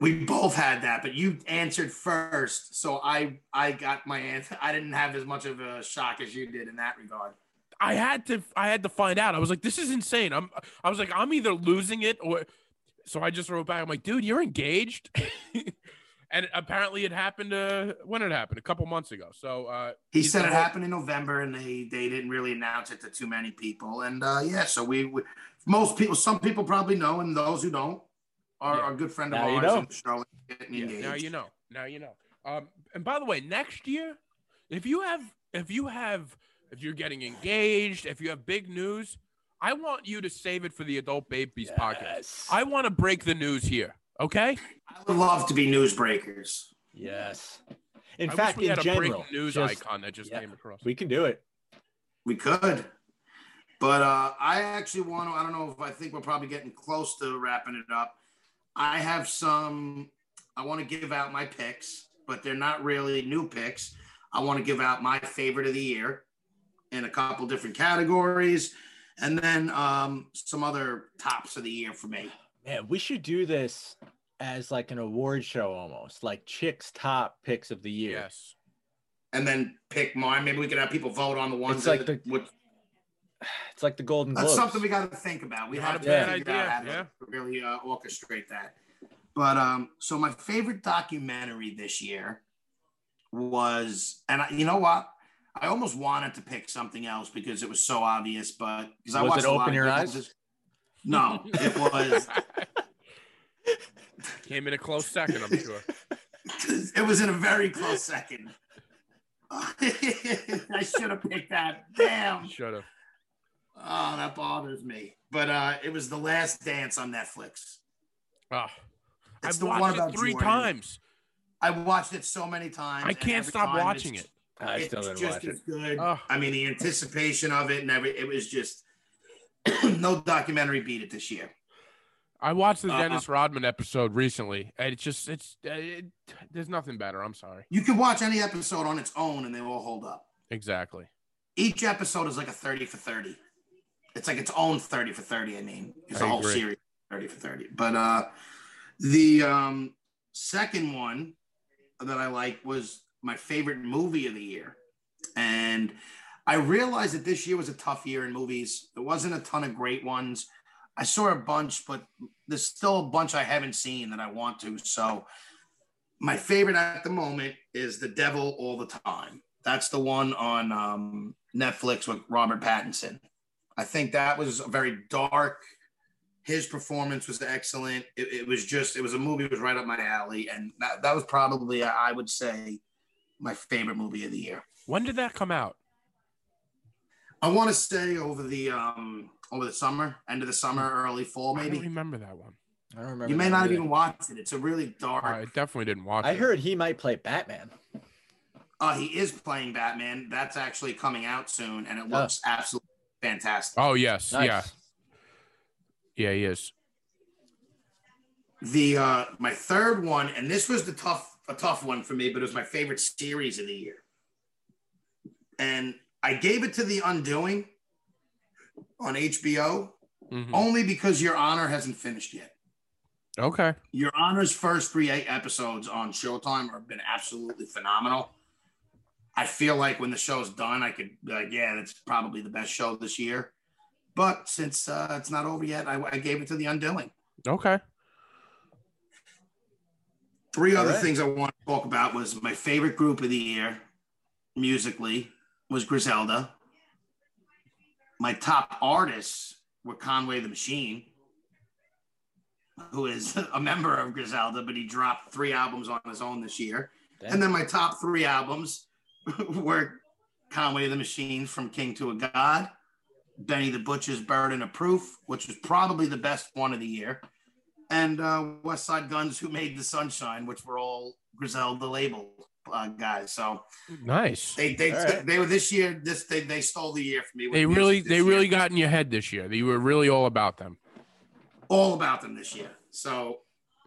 C: We both had that, but you answered first, so I I got my answer. I didn't have as much of a shock as you did in that regard.
B: I had to I had to find out. I was like, this is insane. I'm I was like, I'm either losing it or so I just wrote back. I'm like, dude, you're engaged. and apparently it happened uh when it happened, a couple months ago. So uh
C: He
B: He's
C: said
B: the
C: it
B: whole-
C: happened in November, and they they didn't really announce it to too many people. And uh, yeah, so we, we most people, some people probably know, and those who don't are
B: Yeah.
C: a good friend of
D: Now you
C: ours.
D: know.
C: and Charlotte getting
B: yeah,
C: engaged.
B: now you know. Now you know. Um and by the way, next year, if you have if you have if you're getting engaged, if you have big news, I want you to save it for the adult babies podcast.
D: Yes.
B: I want to break the news here. Okay?
C: I would love to be newsbreakers.
D: yes. In
B: I
D: fact,
B: wish we
D: in
B: had a
D: general,
B: breaking news
D: just-
B: icon that just
D: yeah.
B: came across.
D: we can do it.
C: We could. But uh, I actually want to, I don't know if I think we're probably getting close to wrapping it up. I have some, I want to give out my picks. but they're not really new picks. I want to give out my favorite of the year in a couple different categories, and then um, some other tops of the year for me.
D: Man, we should do this as like an award show almost, like chicks top picks of the year.
B: Yes.
C: And then pick mine. Maybe we could have people vote on the ones.
D: It's like
C: that-
D: the-
C: what-
D: It's like the Golden
C: that's
D: Globes.
C: something we got to think about. We
B: Not
C: have
B: a
C: to
D: bad
C: figure
B: idea,
C: out how to
B: yeah.
C: really uh, orchestrate that. But um, so my favorite documentary this year was, and I, you know what? I almost wanted to pick something else because it was so obvious, but because I
D: Was it
C: watched a lot
D: Open
C: of
D: Your
C: good
D: Eyes?
C: ones. No, it was
B: Came in a close second, I'm sure.
C: it was in a very close second. I should have picked that. Damn.
B: Should have.
C: Oh, that bothers me. But uh, it was the last dance on Netflix.
B: Oh.
C: It's
B: I've
C: the one
B: watched
C: about
B: it three
C: Jordan.
B: times.
C: I watched it so many times.
B: I
C: and
B: can't
C: every
B: stop
C: time
B: watching
C: it's-
B: it. Ah.
D: I
C: it's
D: still didn't
C: just
D: watch
C: as
D: it.
C: good.
B: Ugh.
C: I mean, the anticipation of it and every, it was just no documentary beat it this year.
B: I watched the
C: Uh-uh.
B: Dennis Rodman episode recently, and it's just it's uh, it, there's nothing better. I'm sorry.
C: You could watch any episode on its own and they will hold up.
B: Exactly.
C: Each episode is like a 30 for 30. It's like its own 30 for 30, I mean. It's a
B: I
C: whole
B: agree.
C: series 30 for 30. But uh the um second one that I liked was my favorite movie of the year. And I realized that this year was a tough year in movies. There wasn't a ton of great ones. I saw a bunch, but there's still a bunch I haven't seen that I want to. So my favorite at the moment is The Devil All the Time. That's the one on um, Netflix with Robert Pattinson. I think that was a very dark. His performance was excellent. It, it was just, it was a movie that was right up my alley. And that, that was probably, I I would say, my favorite movie of the year.
B: When did that come out?
C: I want to say over the um over the summer, end of the summer, early fall,
B: I don't
C: maybe.
B: remember that one.
D: I don't remember.
C: You may
D: that
C: not have
D: either.
C: even watched it. It's a really dark.
B: I definitely didn't watch.
D: I
B: it.
D: heard he might play Batman.
C: Uh, he is playing Batman. That's actually coming out soon, and it looks absolutely fantastic.
B: Oh yes,
D: Nice.
B: yeah, yeah, he is.
C: The uh, my third one, and this was the tough a tough one for me, but it was my favorite series of the year. And I gave it to The Undoing on HBO
B: Mhm.
C: only because Your Honor hasn't finished yet.
B: Okay.
C: Your Honor's first three e-, episodes on Showtime have been absolutely phenomenal. I feel like when the show's done, I could be like, yeah, that's probably the best show this year. But since uh, it's not over yet, I, I gave it to The Undoing.
B: Okay.
C: Three
D: All
C: other
D: right.
C: things I want to talk about was my favorite group of the year, musically, was Griselda. My top artists were Conway the Machine, who is a member of Griselda, but he dropped three albums on his own this year.
D: Damn.
C: And then my top three albums were Conway the Machine from King to a God, Benny the Butcher's Burden of Proof, which was probably the best one of the year, and uh, West Side Guns, who made the Sunshine, which were all Griselda label uh, guys. So
B: Nice.
C: they they,
D: All right.
C: they were this year. This they, they stole the year from me. with
B: They
C: music
B: really,
C: this
B: they
C: year.
B: really got in your head this year. You were really all about them.
C: all about them this year. So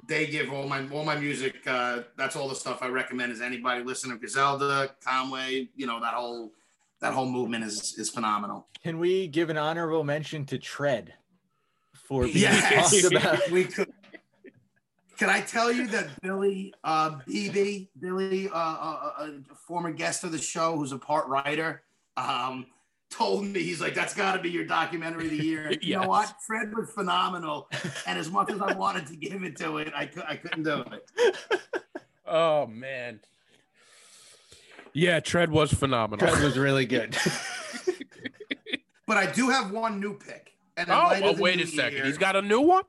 C: they give all my all my music. Uh, that's all the stuff I recommend. Is anybody listening to Griselda, Conway? You know that whole that whole movement is is phenomenal.
D: Can we give an honorable mention to Tread for being
C: Yes.
D: talked about?
C: We could. Can I tell you that Billy uh, BB Billy, uh, uh, uh, a former guest of the show, who's a part writer, um, told me he's like, "That's got to be your documentary of the year." And You know
B: Yes.
C: what? Fred was phenomenal, and as much as I wanted to give it to it, I, cou- I couldn't do it.
B: Oh man. Yeah, Tread was phenomenal.
D: Tread was really good.
C: But I do have one new pick. And in
B: Oh,
C: light
B: oh,
C: of the
B: wait
C: new
B: a second.
C: year-
B: He's got a new one.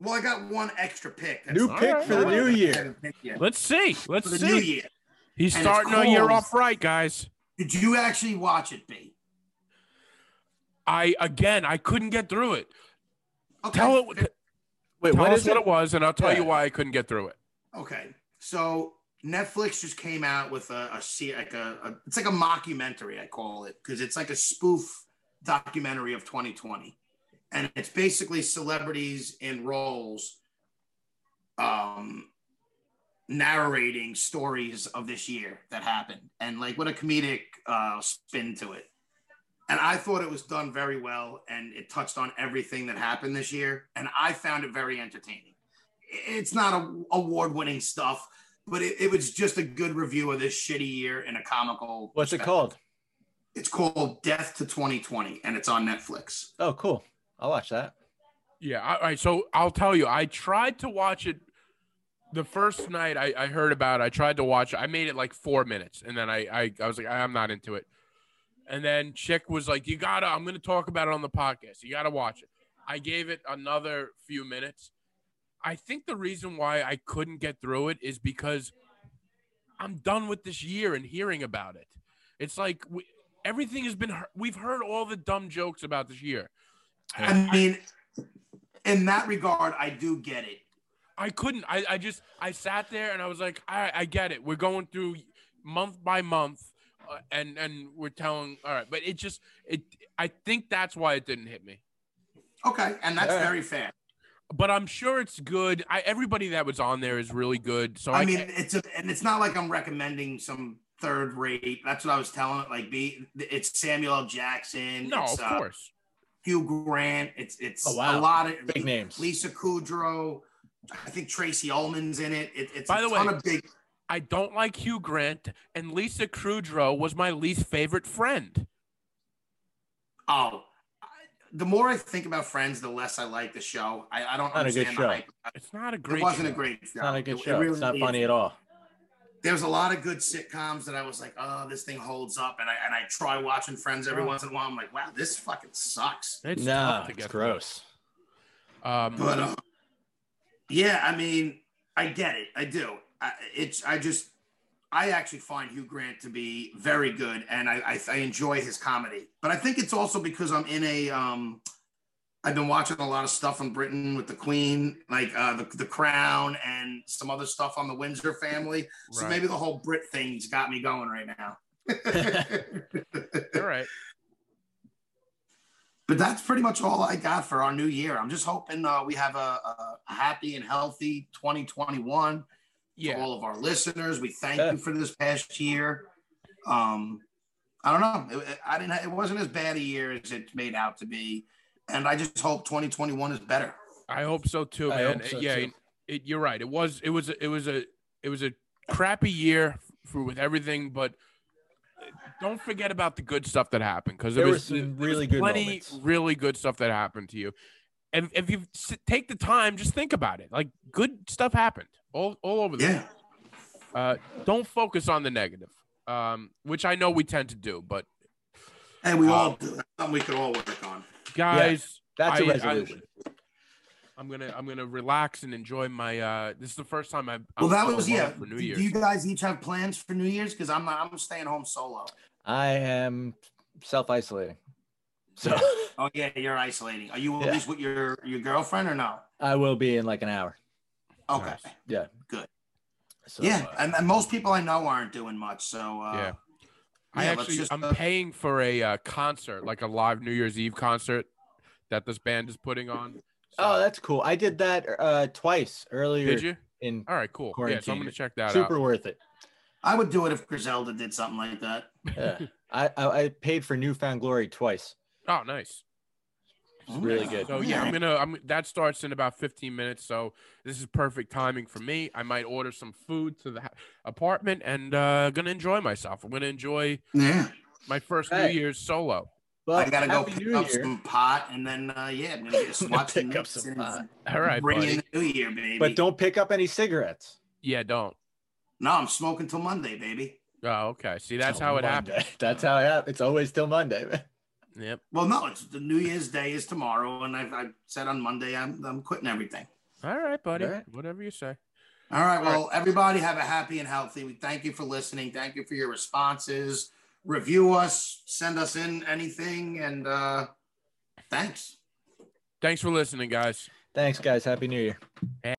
C: Well, I got one extra pick. That's
D: new
C: not-
D: pick
B: right,
D: for the
B: all
D: new
B: right.
C: I
D: year.
C: haven't picked yet.
B: Let's see.
C: For
B: Let's
C: the new
B: see.
C: year.
B: He's
C: And it's
B: starting a year
C: called-
B: off right, guys.
C: Did you actually watch it, B?
B: I again, I couldn't get through it.
C: Okay.
B: Tell it.
D: Wait,
B: tell
D: what
B: us
D: is
B: what
D: it?
B: it was, and I'll tell you
D: Yeah.
B: why I couldn't get through it.
C: Okay. So Netflix just came out with a, a se- like a, a it's like a mockumentary I call it because it's like a spoof documentary of 2020, and it's basically celebrities in roles, um, narrating stories of this year that happened and like what a comedic uh, spin to it. And I thought it was done very well and it touched on everything that happened this year. And I found it very entertaining. It's not a award winning stuff, but it, it was just a good review of this shitty year in a comical.
D: What's it
C: perspective.
D: called?
C: It's called Death to 2020 and it's on Netflix.
D: Oh, cool. I'll watch that.
B: Yeah. All right. So I'll tell you, I tried to watch it the first night I, I heard about it. I tried to watch it. I made it like four minutes and then I, I, I was like, I'm not into it. And then Chick was like, You gotta, I'm gonna talk about it on the podcast. You gotta watch it. I gave it another few minutes. I think the reason why I couldn't get through it is because I'm done with this year and hearing about it. It's like we, everything has been, he- we've heard all the dumb jokes about this year.
C: I mean, in that regard, I do get it.
B: I couldn't. I, I just I sat there and I was like, all right, I get it. We're going through month by month, uh, and and we're telling all right. But it just it. I think that's why it didn't hit me.
C: Okay, and that's
D: All right.
C: very fair.
B: But I'm sure it's good. I everybody that was on there is really good. So I,
C: I mean,
B: can't-
C: it's a, and it's not like I'm recommending some third rate. That's what I was telling it. Like, be it's Samuel L. Jackson.
B: no,
C: it's,
B: of
C: uh,
B: course.
C: Hugh Grant. It's it's
D: Oh, wow.
C: a lot of
D: Big names.
C: Lisa Kudrow. I think Tracy Ullman's in it. it it's
B: By
C: a
B: the
C: ton
B: way-
C: of big.
B: I don't like Hugh Grant, and Lisa Kudrow was my least favorite friend.
C: Oh, I, the more I think about Friends, the less I like the show. I, I don't
D: Not a
C: understand
D: good
C: the
D: show.
C: hype.
B: It's not a great.
C: It wasn't
B: show.
C: a great show.
D: It's not a good
C: It- it
D: show. it's
C: really
D: not funny
C: isn't.
D: at all.
C: there's a lot of good sitcoms that I was like, oh, this thing holds up, and I and I try watching Friends every once in a while. I'm like, wow, this fucking sucks.
B: It's
D: nah,
B: tough to
D: it's
B: get
D: gross.
B: through. Um,
C: But uh, yeah, I mean, I get it. I do. I, it's I just I actually find Hugh Grant to be very good, and I, I I enjoy his comedy. But I think it's also because I'm in a um. I've been watching a lot of stuff in Britain with the Queen, like uh, the, the Crown, and some other stuff on the Windsor family. So
B: Right.
C: maybe the whole Brit thing's got me going right now. but
B: all right.
C: that's pretty much all I got for our new year. I'm just hoping uh, we have a, a a happy and healthy 2021 to
B: Yeah.
C: all of our listeners. We thank
D: Yeah.
C: you for this past year. Um, I don't know. It- it- I didn't. It wasn't as bad a year as it's made out to be, and I just hope 2021 is better.
B: I hope so too, Oh,
D: I
B: man.
D: hope so,
B: yeah,
D: too.
B: It, it- you're right. It was it was it was a it was a crappy year for with everything, but don't forget about the good stuff that happened because
D: There
B: was,
D: were some
B: there was
D: really good
B: plenty
D: moments.
B: really good stuff that happened to you. And if you s- take the time, just think about it. Like good stuff happened all all over the.
C: Yeah.
B: Uh, don't focus on the negative, um, which I know we tend to do, but
C: And
B: Um,
C: we all do. That's something we could all work on.
B: guys.
D: That's a
B: I- I-
D: resolution.
B: I'm gonna I'm gonna relax and enjoy my. uh This is the first time I.
C: Well, that was yeah.
B: for New
C: do
B: Year's.
C: you guys each have plans for New Year's? Because I'm not. I'm staying home solo.
D: I am self isolating. So
C: Oh yeah, you're isolating. Are you at
D: Yeah.
C: least with your your girlfriend or no?
D: I will be in like an hour.
C: Okay.
B: Nice.
D: So,
C: yeah,
D: uh,
C: and, and most people I know aren't doing much. So uh,
B: Yeah. I
C: yeah, let's
B: actually
C: just,
B: I'm
C: uh,
B: paying for a uh, concert, like a live New Year's Eve concert that this band is putting on.
D: oh,
B: So-
D: that's cool. I did that uh, twice earlier
B: did you?
D: in
B: All right, cool. Yeah, so I'm
D: Quarantine.
B: gonna check that
D: super
B: out.
D: worth it.
C: I would do it if Griselda did something like that.
D: Yeah. I, I I paid for Newfound Glory twice.
B: Oh, nice.
D: It's really
C: Yeah.
D: good.
B: So yeah, I'm gonna. I'm that starts in about 15 minutes. So this is perfect timing for me. I might order some food to the ha- apartment and uh gonna enjoy myself. I'm gonna enjoy
C: Yeah,
B: my first
D: Hey.
B: New Year's solo.
D: Well,
C: I gotta go
D: Happy
C: pick
D: New
C: up
D: Year.
C: some pot, and then uh, yeah, I'm gonna get a swatch
D: Pick
C: and
D: up
C: mix
D: some
C: and
D: pot.
B: All right,
C: bring
B: buddy.
C: in the new year, baby.
D: But don't pick up any cigarettes.
B: Yeah, don't.
C: No, I'm smoking till Monday, baby.
B: Oh, okay. See, that's
D: Till
B: how it
D: Monday.
B: happens.
D: That's how it happens. It's always till Monday. man.
B: Yep.
C: Well, no, it's the New Year's Day is tomorrow, and I've, i said on Monday I'm I'm quitting everything.
B: All right, buddy.
D: All right.
B: Whatever you say.
C: All right.
B: All
C: Well, everybody have a happy and healthy. We thank you for listening. Thank you for your responses. Review us, send us in anything, and uh, thanks.
B: Thanks for listening, guys.
D: Thanks, guys. Happy New Year.